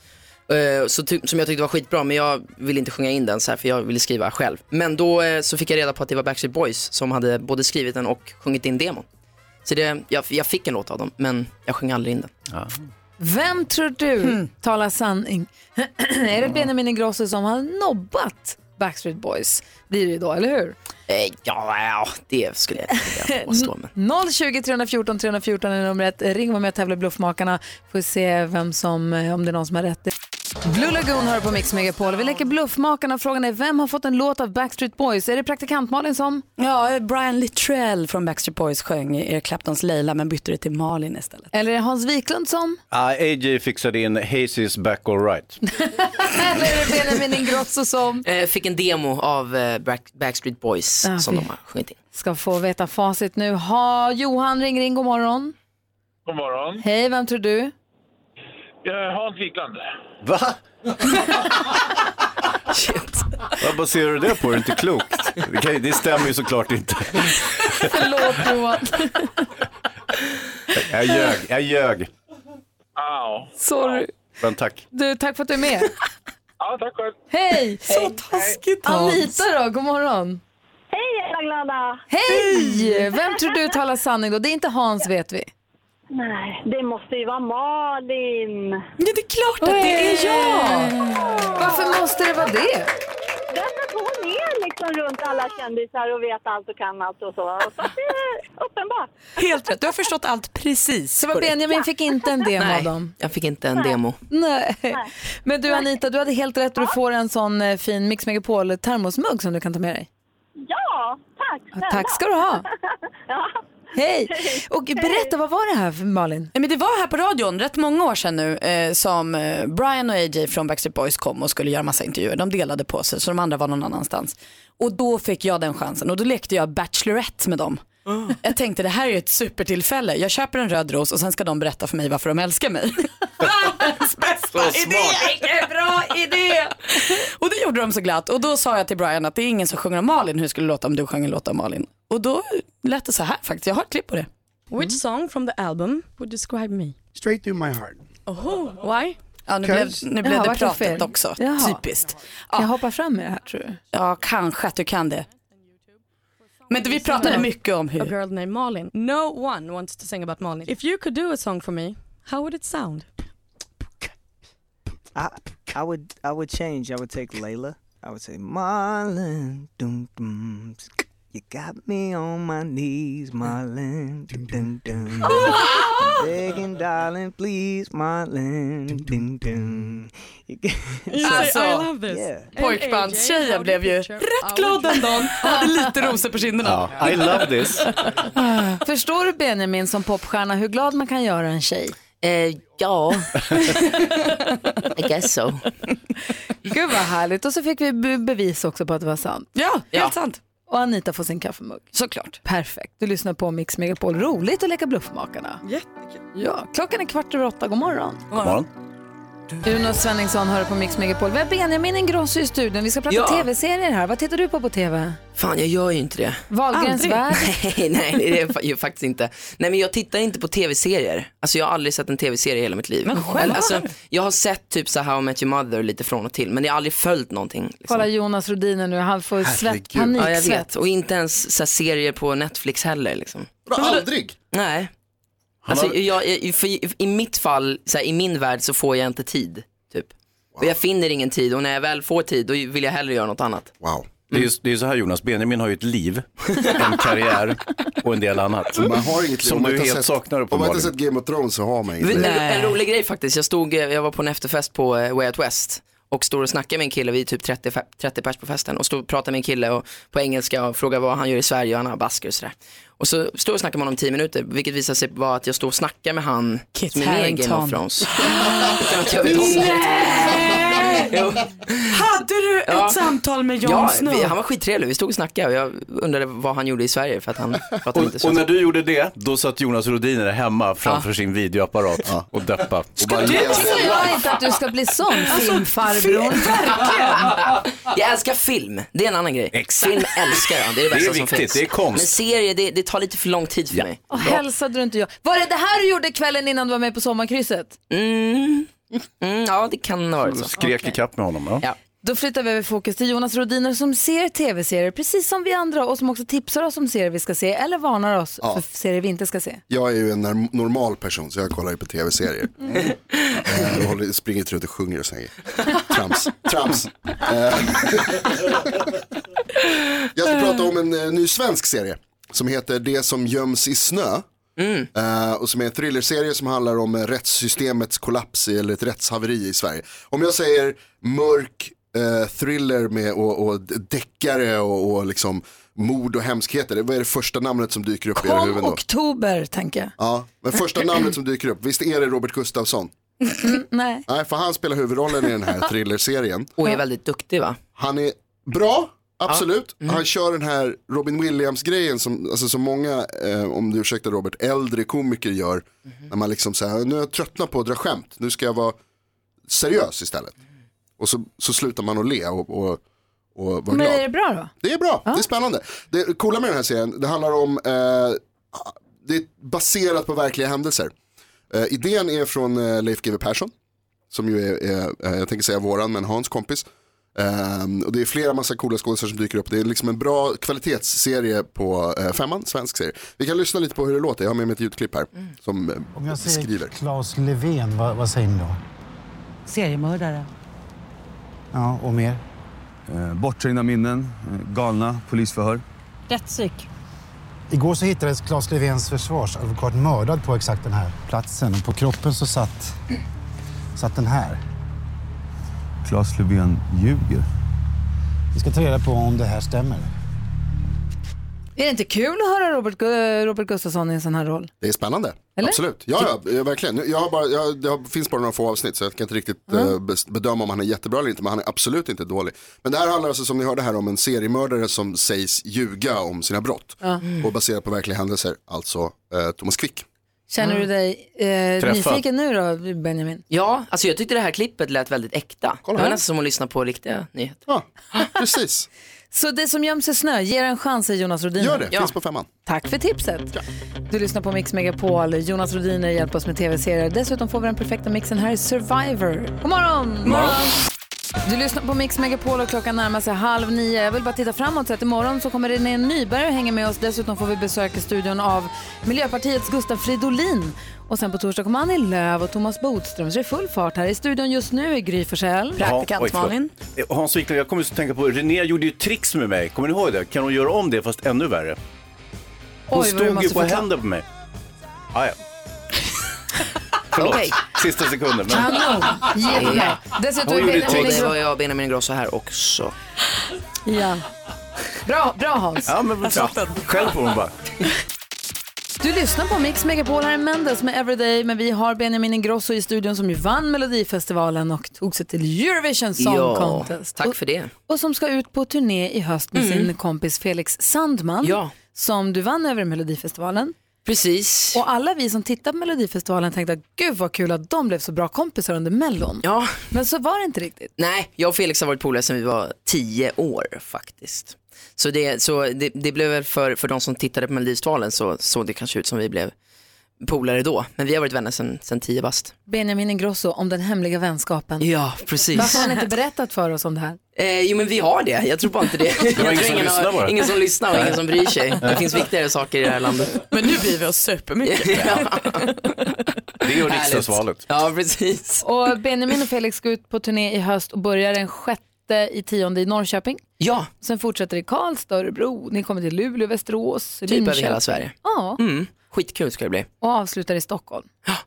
Speaker 14: Eh, så ty- som jag tyckte var skitbra, men jag ville inte sjunga in den så här för jag ville skriva själv. Men då eh, så fick jag reda på att det var Backstreet Boys som hade både skrivit den och sjungit in demon. Så det, jag, jag fick en låt av dem, men jag sjöng aldrig in den.
Speaker 1: Vem tror du talar sanning? är det Benjamin Ingrosso som har nobbat Backstreet Boys? Blir det ju då, eller hur?
Speaker 14: Eh, ja, ja, det skulle jag inte vilja påstå. Men.
Speaker 1: 020 314 314 är numret. Ring var med och tävla i Bluffmakarna. Får se vem som, eh, om det är någon som har rätt. Blue Lagoon hör på Mix Megapol. Vi leker Bluffmakarna. Frågan är vem har fått en låt av Backstreet Boys? Är det praktikant Malin som?
Speaker 2: Ja, Brian Littrell från Backstreet Boys sjöng Eric Claptons Leila men bytte det till Malin istället.
Speaker 1: Eller är det Hans Wiklund som?
Speaker 3: Ah, AJ fixade in Hazy's back alright.
Speaker 1: Eller är det Benjamin Ingrosso som?
Speaker 14: Eh, fick en demo av eh, Back- Backstreet Boys
Speaker 1: Ah,
Speaker 14: som
Speaker 1: fy.
Speaker 14: de har sjungit in.
Speaker 1: Ska få veta facit nu. Ha, Johan ringer in, god morgon.
Speaker 18: God morgon.
Speaker 1: Hej, vem tror du?
Speaker 18: Eh, Hans Wiklund.
Speaker 3: Va? Vad baserar du det på? Är det inte klokt? Det, kan, ju- det stämmer ju såklart inte.
Speaker 1: Förlåt Johan.
Speaker 3: Jag ljög, jag ljög.
Speaker 1: Sorry.
Speaker 3: Men tack.
Speaker 1: Du, tack för att du är med.
Speaker 18: Ja, tack själv.
Speaker 1: Hej! Så taskigt
Speaker 16: Hans.
Speaker 1: Anita då, god morgon.
Speaker 16: Hej alla glada!
Speaker 1: Hej! Vem tror du talar sanning då? Det är inte Hans vet vi.
Speaker 16: Nej, det måste ju vara Malin.
Speaker 2: Ja, det är klart
Speaker 1: att det är jag! Varför måste det vara det?
Speaker 16: Därför att hon är liksom runt alla kändisar och vet allt och kan allt och så. Och så att det är uppenbart.
Speaker 2: Helt rätt, du har förstått allt precis.
Speaker 1: Det var Benjamin fick inte en demo av
Speaker 14: Nej,
Speaker 1: dem.
Speaker 14: jag fick inte en demo.
Speaker 1: Nej. Men du Anita, du hade helt rätt och du får en sån eh, fin Mix Megapol termosmugg som du kan ta med dig.
Speaker 16: Ja, tack snälla.
Speaker 1: tack ska du ha.
Speaker 16: ja.
Speaker 1: Hej! Och berätta, vad var det här för Malin?
Speaker 2: Nej, Men det var här på radion rätt många år sedan nu eh, som eh, Brian och AJ från Backstreet Boys kom och skulle göra massa intervjuer. De delade på sig så de andra var någon annanstans. Och då fick jag den chansen och då lekte jag Bachelorette med dem. Jag tänkte det här är ju ett supertillfälle. Jag köper en röd ros och sen ska de berätta för mig varför de älskar mig.
Speaker 16: Så
Speaker 2: Vilken bra idé! Och det gjorde de så glatt. Och då sa jag till Brian att det är ingen som sjunger om Malin. Hur skulle det låta om du sjöng en låt om Malin? Och då lät det så här faktiskt. Jag har ett klipp på det.
Speaker 17: Which song from the album would describe me? Straight through my heart.
Speaker 2: Oh, why? Ja, nu blev,
Speaker 17: Cause-
Speaker 2: nu blev
Speaker 17: Jaha,
Speaker 2: det
Speaker 17: vart det
Speaker 2: pratet
Speaker 17: fel?
Speaker 2: också.
Speaker 17: Jaha.
Speaker 2: Typiskt. Kan
Speaker 1: jag hoppa fram med det här tror du?
Speaker 2: Ja, kanske att du kan det. Men vi pratade mycket om
Speaker 17: A
Speaker 2: hur.
Speaker 17: girl named Malin. No one wants to sing about Malin. If you could do a song for me, how would it sound?
Speaker 15: I I would I would change. I would take Layla. I would say Marlon, dum dum. You got me on my knees, Marlon. Mm. Dum, dum, dum. I'm Begging, darling, please, Marlon. Dum, dum.
Speaker 17: Alltså, "Oh, I love this.
Speaker 2: Pojkbandstjejen blev ju rätt glad den dagen och hade lite rosor på kinderna.
Speaker 3: I love this.
Speaker 1: Förstår du Benjamin som popstjärna hur glad man kan göra en tjej?
Speaker 2: Eh,
Speaker 14: ja, I guess so.
Speaker 1: Gud vad härligt. Och så fick vi be- bevis också på att det var sant.
Speaker 2: Ja, helt sant.
Speaker 1: Och Anita får sin kaffemugg.
Speaker 2: Såklart.
Speaker 1: Perfekt. Du lyssnar på Mix Megapol. Roligt att leka Bluffmakarna.
Speaker 2: Jättekul.
Speaker 1: Ja, klockan är kvart över åtta. God morgon.
Speaker 3: God morgon.
Speaker 1: Uno Svenningsson hör på Mix Megapol. Vi har Benjamin Ingrosso i studion. Vi ska prata
Speaker 14: Ja.
Speaker 1: tv-serier här. Vad tittar du på på tv?
Speaker 14: Fan, jag gör ju inte det.
Speaker 1: Wahlgrens värld.
Speaker 14: Nej, nej, det är fa- ju faktiskt inte. Nej, men jag tittar inte på tv-serier. Alltså jag har aldrig sett en tv-serie i hela mitt liv. Men
Speaker 1: själv?
Speaker 14: Alltså, jag har sett typ så här How I Met Your Mother lite från och till, men jag har aldrig följt någonting. Liksom.
Speaker 1: Kolla Jonas Rhodiner nu. Han får svett,
Speaker 14: Ja, jag
Speaker 1: paniksvett.
Speaker 14: vet. Och inte ens så här, serier på Netflix heller. Liksom.
Speaker 11: Aldrig?
Speaker 14: Nej. Alltså, jag, jag, för, i- I mitt fall, så här, i min värld så får jag inte tid. Typ. Och jag finner ingen tid och när jag väl får tid då vill jag hellre göra något annat.
Speaker 11: Wow.
Speaker 3: Det är, ju, det är ju så här Jonas, Benjamin har ju ett liv, en karriär och en del annat.
Speaker 11: Man har inget liv. Om
Speaker 3: Som
Speaker 11: man
Speaker 3: du
Speaker 11: inte har
Speaker 3: helt
Speaker 11: sett-
Speaker 3: saknar
Speaker 11: Om man
Speaker 3: uppenbarligen.
Speaker 11: inte sett Game of Thrones så har man inget
Speaker 14: En,
Speaker 11: liv.
Speaker 14: en rolig grej faktiskt, jag, stod, eh, jag var på en efterfest på eh, Way Out West och står och snackar med en kille, vi är typ 30, fe- 30 pers på festen och står och pratar med en kille och, på engelska och frågar vad han gör i Sverige och han har basker och sådär. Och så står jag och snackar med honom 10 minuter vilket visar sig vara att jag står och snackar med han Kit som är med i Game
Speaker 2: Harington.
Speaker 14: of Thrones. Utan att jag vet om det. Jo.
Speaker 2: Hade du ett
Speaker 14: Ja.
Speaker 2: samtal med Jon
Speaker 14: Ja,
Speaker 2: Snow?
Speaker 14: vi, han var skittrevlig, vi stod och snackade och jag undrade vad han gjorde i Sverige för att han pratade inte
Speaker 3: Och, och
Speaker 14: svenska.
Speaker 3: när du gjorde det, då satt Jonas Rhodiner hemma framför sin videoapparat och deppa. Och bara,
Speaker 1: Varför sa jag inte att du ska bli sån filmfarbror?
Speaker 14: Jag älskar film, det är en annan grej. Film älskar jag, det är
Speaker 3: Det
Speaker 14: det
Speaker 3: är
Speaker 14: bästa som
Speaker 3: viktigt,
Speaker 14: finns.
Speaker 3: det är konst.
Speaker 14: Men serier, det, det tar lite för lång tid för mig.
Speaker 1: Och hälsade du inte jag? Var det det här du gjorde kvällen innan du var med på sommarkrysset?
Speaker 14: Mm. Mm, ja, det kan ha varit så.
Speaker 3: Skrek i kapp med honom. Ja.
Speaker 1: Då flyttar vi över fokus till Jonas Rodiner som ser tv-serier precis som vi andra och som också tipsar oss om serier vi ska se eller varnar oss
Speaker 11: Ja.
Speaker 1: för serier vi inte ska se.
Speaker 11: Jag är ju en norm- normal person så jag kollar ju på tv-serier. Eh, och håller, springer inte runt och sjunger och säger trams, trams. Eh, jag ska prata om en eh, ny svensk serie som heter Det som göms i snö. Eh, och som är en thrillerserie som handlar om eh, rättssystemets kollaps i, eller ett rättshaveri i Sverige. Om jag säger mörk eh, thriller med, och, och d- deckare och, och liksom mord och hemskheter, vad är det första namnet som dyker upp i era
Speaker 1: Kom
Speaker 11: huvuden då?
Speaker 1: oktober tänker jag.
Speaker 11: Ja, men första namnet som dyker upp, visst är det Robert Gustafsson?
Speaker 1: Nej.
Speaker 11: Nej, för han spelar huvudrollen i den här thrillerserien.
Speaker 14: Och är väldigt duktig va? Mm.
Speaker 11: Han är bra, absolut. Han kör den här Robin Williams-grejen som, alltså, som många, eh, om du ursäktar Robert, äldre komiker gör.
Speaker 14: Mhm.
Speaker 11: När man liksom säger, nu är jag tröttnat på att dra skämt, nu ska jag vara seriös istället.
Speaker 14: Mm.
Speaker 11: Och så, så slutar man att le och, och, och vara
Speaker 1: Men
Speaker 11: glad.
Speaker 1: är det bra då?
Speaker 11: Det är bra, det är spännande. Det coola med den här serien, det handlar om, eh, det är baserat på verkliga händelser. Eh, idén är från eh, Leif GW Persson, som ju är, är eh, jag tänker säga våran, men Hans kompis. Eh, och det är flera massa coola skådespelare som dyker upp. Det är liksom en bra kvalitetsserie på eh, Femman, svensk serie. Vi kan lyssna lite på hur det låter, jag har med mig ett ljudklipp här. Som eh,
Speaker 19: Mm. Om jag säger
Speaker 11: skriver.
Speaker 19: Claes Löfven, vad, vad säger ni då?
Speaker 20: Seriemördare.
Speaker 19: Ja, och mer?
Speaker 21: Bortträngda Eh, minnen, eh, galna polisförhör.
Speaker 20: Rättspsyk.
Speaker 19: Igår så hittades Claes Löfvens försvarsadvokat mördad på exakt den här platsen. Och på kroppen så satt, satt den här.
Speaker 21: Claes Löfven ljuger.
Speaker 19: Vi ska ta reda på om det här stämmer.
Speaker 1: Är det inte kul att höra Robert, Gu- Robert Gustafsson i en sån här roll?
Speaker 11: Det är spännande.
Speaker 1: Eller?
Speaker 11: Absolut, ja, ja eh, verkligen. Jag har bara, jag, det har, finns bara några få avsnitt så jag kan inte riktigt eh, bes- bedöma om han är jättebra eller inte, men han är absolut inte dålig. Men det här handlar alltså som ni hörde här om en seriemördare som sägs ljuga om sina brott
Speaker 1: Ja.
Speaker 11: och baserat på verkliga händelser, alltså eh, Thomas Quick.
Speaker 1: Känner du dig eh,
Speaker 11: Mm. Träffad.
Speaker 1: nyfiken nu då Benjamin?
Speaker 14: Ja, alltså jag tyckte det här klippet lät väldigt äkta. det var nästan som att lyssna på riktiga nyheter.
Speaker 11: Ja, precis.
Speaker 1: Så det som göms i snö, ger en chans säger Jonas Rodiner.
Speaker 11: Gör det, finns på femman.
Speaker 1: Tack för tipset. Du lyssnar på Mix Megapol. Jonas Rodiner hjälper oss med tv-serier. Dessutom får vi den perfekta mixen här i Survivor. God morgon! Du lyssnar på Mix Megapol och klockan närmar sig halv nio. Jag vill bara titta framåt så att imorgon så kommer René Nyberg och hänger med oss. Dessutom får vi besök i studion av Miljöpartiets Gustav Fridolin. Och sen på torsdag kommer Annie Lööf och Thomas Bodström. Så det är full fart här i studion just nu är Gry Forssell.
Speaker 3: Jaha, oj, förlåt. Eh, Hans Wiklund, jag kommer just att tänka på, René gjorde ju tricks med mig, kommer ni ihåg det? Kan hon göra om det fast ännu värre?
Speaker 1: Oj,
Speaker 3: Hon
Speaker 1: vad du
Speaker 3: stod ju
Speaker 1: måste
Speaker 3: på
Speaker 1: förklara.
Speaker 3: händer på mig. Ah, ja. Förlåt,
Speaker 14: Okej.
Speaker 3: sista sekunden. men-
Speaker 1: Kanon. Jättebra. Dessutom
Speaker 14: Hon
Speaker 1: är
Speaker 14: gjorde
Speaker 1: Benjamin
Speaker 14: ett trick.
Speaker 1: Ingrosso-
Speaker 14: Det var jag och Benjamin Ingrosso här också.
Speaker 1: Ja. Bra, bra Hans.
Speaker 3: Ja, men bra. Själv får hon bara.
Speaker 1: Du lyssnar på Mix Megapol, här är Mendes med Everyday, men vi har Benjamin Ingrosso i studion som ju vann Melodifestivalen och tog sig till Eurovision Song
Speaker 14: Ja,
Speaker 1: Contest.
Speaker 14: tack för det.
Speaker 1: Och som ska ut på turné i höst med
Speaker 14: Mm.
Speaker 1: sin kompis Felix Sandman.
Speaker 14: Ja.
Speaker 1: Som du vann över i Melodifestivalen.
Speaker 14: Precis.
Speaker 1: Och alla vi som tittade på Melodifestivalen tänkte gud vad kul att de blev så bra kompisar under Mellon.
Speaker 14: Ja.
Speaker 1: Men så var det inte riktigt.
Speaker 14: Nej, jag och Felix har varit polare sedan vi var tio år faktiskt. Så det, så det, det blev väl för, för de som tittade på Melodifestivalen så såg det kanske ut som vi blev polare då. Men vi har varit vänner sedan, sedan tio bast.
Speaker 1: Benjamin Ingrosso om den hemliga vänskapen.
Speaker 14: Ja, precis.
Speaker 1: Varför har han inte berättat för oss om det här?
Speaker 14: Eh, jo men vi har det, jag tror bara inte det. Jag tror
Speaker 22: ingen som
Speaker 14: har-
Speaker 22: lyssnar bara.
Speaker 14: ingen som lyssnar och ingen som bryr sig.
Speaker 22: Nej.
Speaker 14: Det finns viktigare saker i det här landet.
Speaker 2: Men nu bryr vi oss supermycket.
Speaker 3: Det är ju
Speaker 14: Härligt.
Speaker 3: riksdagsvalet.
Speaker 14: Ja, precis.
Speaker 1: Och Benjamin och Felix ska ut på turné i höst och börjar den sjätte i tionde i Norrköping.
Speaker 14: Ja.
Speaker 1: Sen fortsätter det i Karlstad, Örebro, ni kommer till Luleå, Västerås,
Speaker 14: Typ
Speaker 1: Linköping.
Speaker 14: över hela Sverige.
Speaker 1: Ja,
Speaker 14: Mm, skitkul ska det bli.
Speaker 1: och avslutar i Stockholm.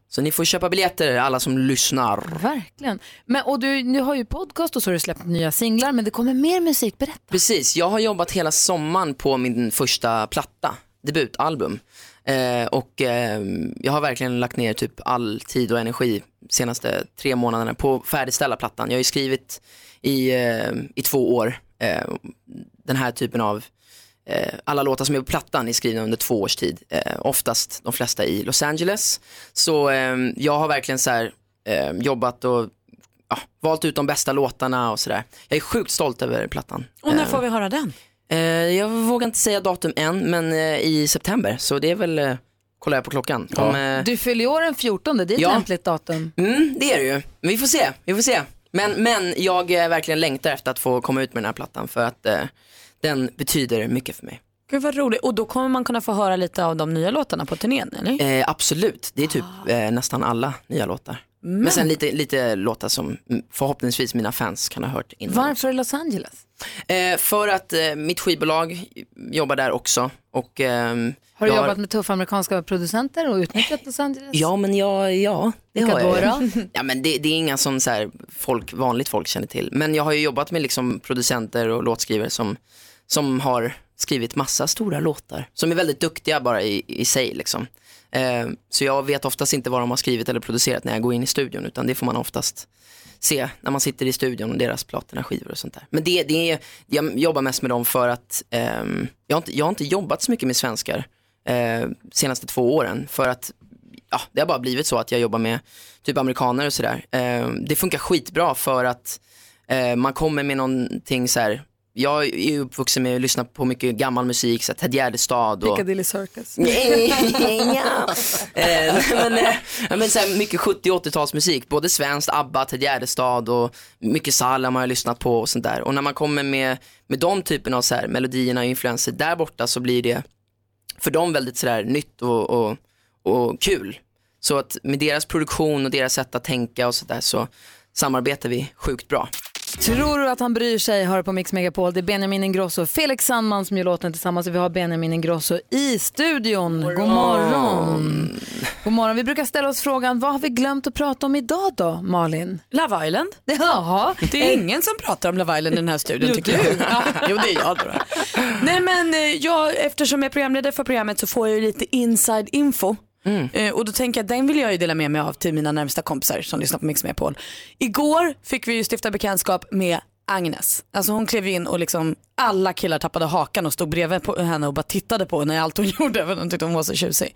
Speaker 14: Så ni får köpa biljetter alla som lyssnar.
Speaker 1: Verkligen. Men, och du, nu har ju podcast och så har du släppt nya singlar, men det kommer mer musik. Berätta.
Speaker 14: Precis, jag har jobbat hela sommaren på min första platta, debutalbum. Eh, och eh, jag har verkligen lagt ner typ all tid och energi senaste tre månaderna på att färdigställa plattan. Jag har ju skrivit i, eh, i två år eh, den här typen av Eh, alla låtar som är på plattan är skrivna under två års tid, eh, oftast de flesta i Los Angeles. Så eh, jag har verkligen så här, eh, jobbat och ja, valt ut de bästa låtarna och sådär. Jag är sjukt stolt över plattan.
Speaker 2: Och när får vi höra den?
Speaker 14: Eh, jag vågar inte säga datum än, men eh, i september, så det är väl, eh, kollar jag på klockan. Om, eh,
Speaker 1: Du fyller ju år den 14, det är ett
Speaker 14: Ja.
Speaker 1: lämpligt datum.
Speaker 14: Mm, det är det ju. Vi får se, vi får se. Men, men jag eh, verkligen längtar efter att få komma ut med den här plattan för att eh, den betyder mycket för mig.
Speaker 2: Gud vad roligt. Och då kommer man kunna få höra lite av de nya låtarna på turnén eller?
Speaker 1: Mm.
Speaker 14: Eh, absolut, det är typ
Speaker 1: Ah.
Speaker 14: eh, nästan alla nya låtar. Men,
Speaker 2: Men-
Speaker 14: sen lite, lite låtar som mm, förhoppningsvis mina fans kan ha hört innan.
Speaker 1: Varför i Los Angeles?
Speaker 14: Eh, för att eh, mitt skivbolag jobbar där också. Och, ehm,
Speaker 1: Har du
Speaker 14: jag
Speaker 1: jobbat med tuffa amerikanska producenter och utnyttjat Los Angeles?
Speaker 14: Ja, men jag, ja, det
Speaker 1: Vilka
Speaker 14: har jag.
Speaker 1: då
Speaker 14: ju. Ja, men det, det är inga som så här folk, vanligt folk känner till. Men jag har ju jobbat med liksom producenter och låtskrivare som, som har skrivit massa stora låtar. Som är väldigt duktiga bara i, i sig. Liksom. Eh, så jag vet oftast inte vad de har skrivit eller producerat när jag går in i studion. Utan det får man oftast se när man sitter i studion och deras platina, skivor och sånt där. Men det, det är, jag jobbar mest med dem för att ehm, jag, har inte, jag har inte jobbat så mycket med svenskar eh, senaste två åren. För att ja, det har bara blivit så att jag jobbar med typ amerikaner och sådär. Eh, det funkar skitbra för att eh, man kommer med någonting så här. Jag är ju uppvuxen med att lyssna på mycket gammal musik, så här Ted Gärdestad och
Speaker 1: Piccadilly Circus.
Speaker 14: Eh, men, eh, ja, men så här, mycket 70 och 80-talsmusik, både svenskt, ABBA, Ted Gärdestad och mycket Salem har jag lyssnat på och sånt där. Och när man kommer med, med de typen av så här, melodierna och influenser där borta så blir det för dem väldigt sådär nytt och, och, och kul. Så att med deras produktion och deras sätt att tänka och sådär så samarbetar vi sjukt bra.
Speaker 1: Tror du att han bryr sig? Hör på Mix Megapol. Det är Benjamin Ingrosso och Felix Sandman som gör låten tillsammans. Vi har Benjamin Ingrosso i studion. God morgon. God morgon. Vi brukar ställa oss frågan, vad har vi glömt att prata om idag då, Malin?
Speaker 2: Love Island.
Speaker 1: Jaha.
Speaker 2: Det är ingen som pratar om Love Island i den här studion tycker jag. Ja. Jo det är jag då. Nej men eh, jag, eftersom jag är programledare för programmet så får jag ju lite inside info.
Speaker 14: Mm.
Speaker 2: Eh, Och då tänker jag den vill jag ju dela med mig av till mina närmsta kompisar som lyssnar på Mix Megapol. Igår fick vi ju stifta bekantskap med Agnes. Alltså hon klev in och liksom alla killar tappade hakan och stod bredvid på henne och bara tittade på henne i allt hon gjorde för de tyckte hon var så tjusig.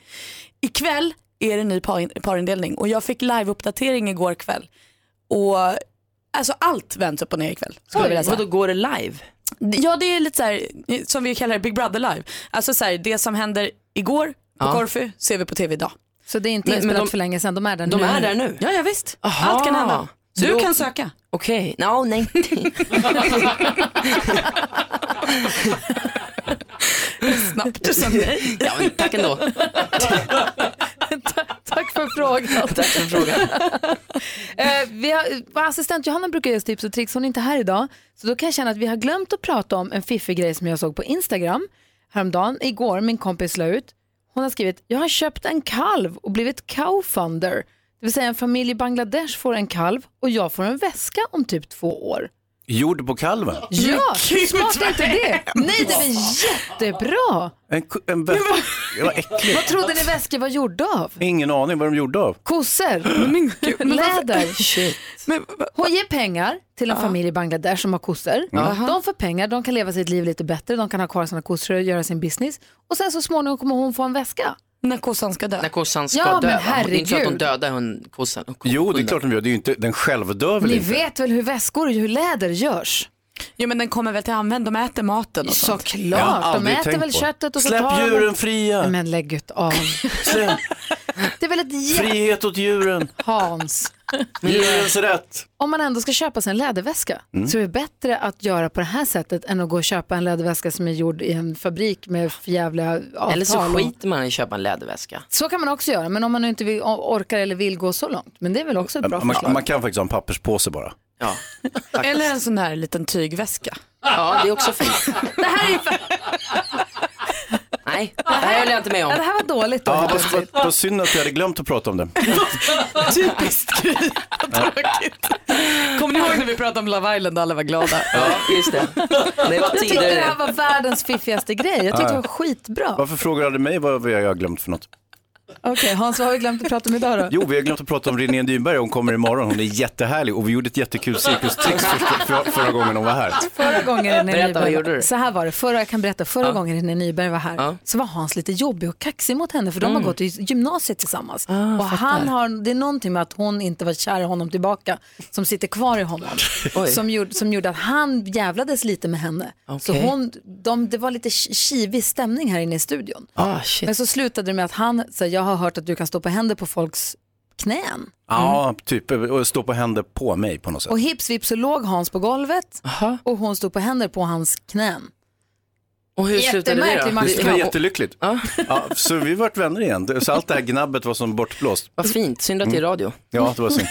Speaker 2: Ikväll är det en ny par- parindelning och jag fick liveuppdatering igår kväll. Och alltså allt vänds upp och ner ikväll. Skulle jag vilja säga.
Speaker 14: Vadå, går det live?
Speaker 2: Ja det är lite så här, som vi kallar det, Big Brother live. Alltså så här, det som händer igår på
Speaker 14: Ja.
Speaker 2: Korfu ser vi på tv idag.
Speaker 1: Så det är inte
Speaker 14: Men- men
Speaker 1: inspelat
Speaker 14: de-
Speaker 1: för länge sedan, de är där
Speaker 14: de
Speaker 1: nu.
Speaker 14: är där nu?
Speaker 2: Ja, ja visst.
Speaker 14: Aha.
Speaker 2: Allt kan hända.
Speaker 14: Så
Speaker 2: du
Speaker 14: då-
Speaker 2: kan söka.
Speaker 14: Okej, okay. nej.
Speaker 2: Snabbt du sa nej.
Speaker 14: Ja, men tack ändå.
Speaker 1: Tack för frågan.
Speaker 14: Tack för frågan.
Speaker 1: Eh, vi har, vår assistent Johanna brukar ge oss tips och tricks, hon är inte här idag. Så då kan jag känna att vi har glömt att prata om en fiffig grej som jag såg på Instagram häromdagen. Igår, min kompis la ut. Hon har skrivit, jag har köpt en kalv och blivit cowfunder. Det Det vill säga en familj i Bangladesh får en kalv och jag får en väska om typ två år.
Speaker 3: Jord på kalven?
Speaker 1: Ja, hur smart är inte det? Nej, det är väl jättebra.
Speaker 3: En, ku- en vä- det var äckligt.
Speaker 1: Vad trodde ni väskor var gjorda av?
Speaker 3: Ingen aning vad de gjorde av.
Speaker 1: Kossor, läder. Hon ger pengar till en familj i Bangladesh som har kossor.
Speaker 3: Ja.
Speaker 1: De får pengar, de kan leva sitt liv lite bättre, de kan ha kvar sina kossor och göra sin business. Och sen så småningom kommer hon få en väska.
Speaker 2: När kossan ska dö.
Speaker 14: När kossan ska
Speaker 1: Ja, men
Speaker 14: dö. va? Det är inte så att de
Speaker 1: herregud.
Speaker 14: dödar hund, kossan.
Speaker 3: Jo, det är klart de gör. Det är ju inte, den självdör väl
Speaker 1: Ni
Speaker 3: inte?
Speaker 1: vet väl hur väskor, hur läder görs?
Speaker 2: Jo men den kommer väl till användning, de äter maten och sånt.
Speaker 1: Såklart,
Speaker 3: Jag har
Speaker 1: de
Speaker 3: aldrig
Speaker 1: äter
Speaker 3: tänkt
Speaker 1: väl
Speaker 3: på.
Speaker 1: köttet och så
Speaker 3: Släpp
Speaker 1: tar de-
Speaker 3: djuren fria.
Speaker 1: Nej, Men lägg ut av.
Speaker 3: Släpp.
Speaker 1: Det är väl ett jätte...
Speaker 3: Frihet åt djuren.
Speaker 1: Hans.
Speaker 3: Djurens rätt.
Speaker 1: Om man ändå ska köpa sig en läderväska
Speaker 3: Mm.
Speaker 1: så är det bättre att göra på det här sättet än att gå och köpa en läderväska som är gjord i en fabrik med jävla avtal.
Speaker 14: Eller så
Speaker 1: och-
Speaker 14: skiter man i att köpa en läderväska.
Speaker 1: Så kan man också göra, men om man nu inte vill, orkar eller vill gå så långt. Men det är väl också ett bra
Speaker 3: Man,
Speaker 1: förslag.
Speaker 3: man kan faktiskt ha en papperspåse bara.
Speaker 14: Ja.
Speaker 2: Eller en sån här liten tygväska.
Speaker 14: Ja, det är också fint.
Speaker 1: Det här är ju
Speaker 14: Nej, det här höll jag inte med om.
Speaker 1: Ja, det här var dåligt då.
Speaker 3: Ja,
Speaker 1: helt
Speaker 3: vad,
Speaker 1: plötsligt.
Speaker 3: vad, vad synd att jag hade glömt att prata om det.
Speaker 2: Typiskt Gry. Vad tråkigt. Kommer ni ihåg när vi pratade om Love Island och alla var glada?
Speaker 14: Ja, just det. Det var
Speaker 1: Jag tyckte det
Speaker 14: tidigare.
Speaker 1: här var världens fiffigaste grej. Jag tyckte det var skitbra.
Speaker 3: Varför frågar du aldrig mig vad jag har glömt för något?
Speaker 1: Okej, Hans, vad har vi glömt att prata om idag då?
Speaker 3: Jo, vi har glömt att prata om Renée Dynberg. Hon kommer imorgon. Hon är jättehärlig och vi gjorde ett jättekul cirkustrix för, för, förra gången hon var här.
Speaker 1: Förra gången när
Speaker 14: Berätta, vad
Speaker 1: Nyberg
Speaker 14: gjorde
Speaker 1: var,
Speaker 14: du?
Speaker 1: så här var det, förra, jag kan berätta, förra
Speaker 14: Ja.
Speaker 1: gången när Nyberg var här så var Hans lite jobbig och kaxig mot henne för de
Speaker 14: Mm. Ah,
Speaker 1: har gått i gymnasiet tillsammans. och han har, det är någonting med att hon inte var kär i honom tillbaka som sitter kvar i honom.
Speaker 14: Oj.
Speaker 1: som, gjorde, som gjorde att han jävlades lite med henne. Så
Speaker 14: Okej.
Speaker 1: hon, de, det var lite ki- kivig stämning här inne i studion.
Speaker 14: Ah, shit.
Speaker 1: Men så slutade det med att han sa, jag har hört att du kan stå på händer på folks knän.
Speaker 3: Ja, typ. Och stå på händer på mig på något sätt.
Speaker 1: Och hips vips så låg Hans på golvet och hon stod på händer på hans knän.
Speaker 14: Och hur slutade det då?
Speaker 1: Jättemärklig match.
Speaker 3: Det var jättelyckligt. Ja, så vi vart vänner igen. Så allt det här gnabbet var som bortblåst. Mm.
Speaker 14: Vad fint, synd att det är radio.
Speaker 3: Ja, det var synd.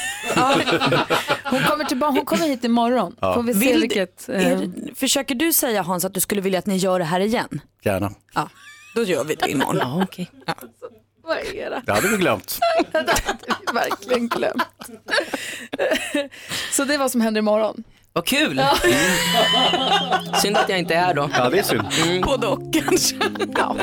Speaker 1: Hon kommer, tillbaka, hon kommer hit imorgon.
Speaker 3: Ja.
Speaker 1: Får vi se
Speaker 2: Vill-
Speaker 1: vilket... eh,
Speaker 2: Är, försöker du säga Hans att du skulle vilja att ni gör det här igen?
Speaker 3: Gärna.
Speaker 2: Ja, då gör vi det imorgon.
Speaker 14: Ja, okej.
Speaker 1: Vad är det?
Speaker 3: Det hade vi glömt.
Speaker 1: Det hade vi verkligen glömt. Så det är vad som händer imorgon.
Speaker 14: Vad kul! Mm. Synd att jag inte är här då. Mm.
Speaker 3: Ja, det är synd.
Speaker 2: Både och kanske.
Speaker 1: Ja.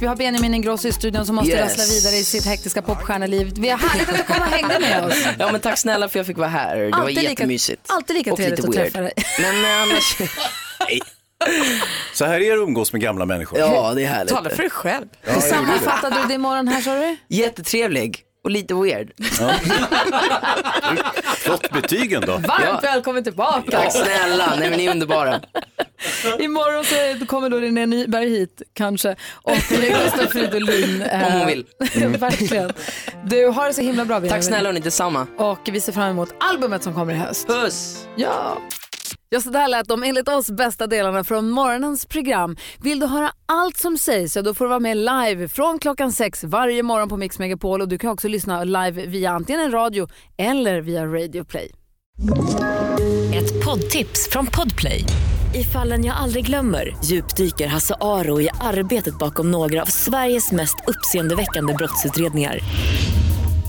Speaker 1: Vi har Benjamin Ingrosso i studion som måste
Speaker 14: Yes.
Speaker 1: rassla vidare i sitt hektiska popstjärneliv. Vi har härligt att du kom och hängde med oss.
Speaker 14: Ja men tack snälla för jag fick vara här, det var
Speaker 1: Alltid lika-
Speaker 14: jättemysigt.
Speaker 1: alltid lika
Speaker 14: Och lite
Speaker 1: trevligt att
Speaker 14: weird.
Speaker 1: träffa dig.
Speaker 14: Men eh, annars,
Speaker 3: Så här är det att umgås med gamla människor.
Speaker 14: ja det är härligt.
Speaker 2: Tala för dig själv.
Speaker 3: Ja, jag gjorde det.
Speaker 1: Sammanfattar du det imorgon här sa du?
Speaker 14: Jättetrevlig och lite weird.
Speaker 3: Flott betygen då.
Speaker 1: Varmt
Speaker 14: Ja.
Speaker 1: välkommen tillbaka.
Speaker 14: Tack snälla, nej men ni är underbara.
Speaker 1: Imorgon så kommer då René Nyberg hit kanske och Gustav Fridolin. eh,
Speaker 14: Om hon vill.
Speaker 1: verkligen. Du har det så himla bra Benjamin.
Speaker 14: Tack snälla hörni, detsamma.
Speaker 1: Och vi ser fram emot albumet som kommer i höst.
Speaker 14: Puss!
Speaker 1: Ja. Ja, så där lät de enligt oss bästa delarna från morgonens program. Vill du höra allt som sägs så då får du vara med live från klockan sex varje morgon på Mix Megapol och du kan också lyssna live via antingen en radio eller via Radio Play.
Speaker 9: Ett poddtips från Podplay. I fallen jag aldrig glömmer djupdyker Hasse Aro i arbetet bakom några av Sveriges mest uppseendeväckande brottsutredningar.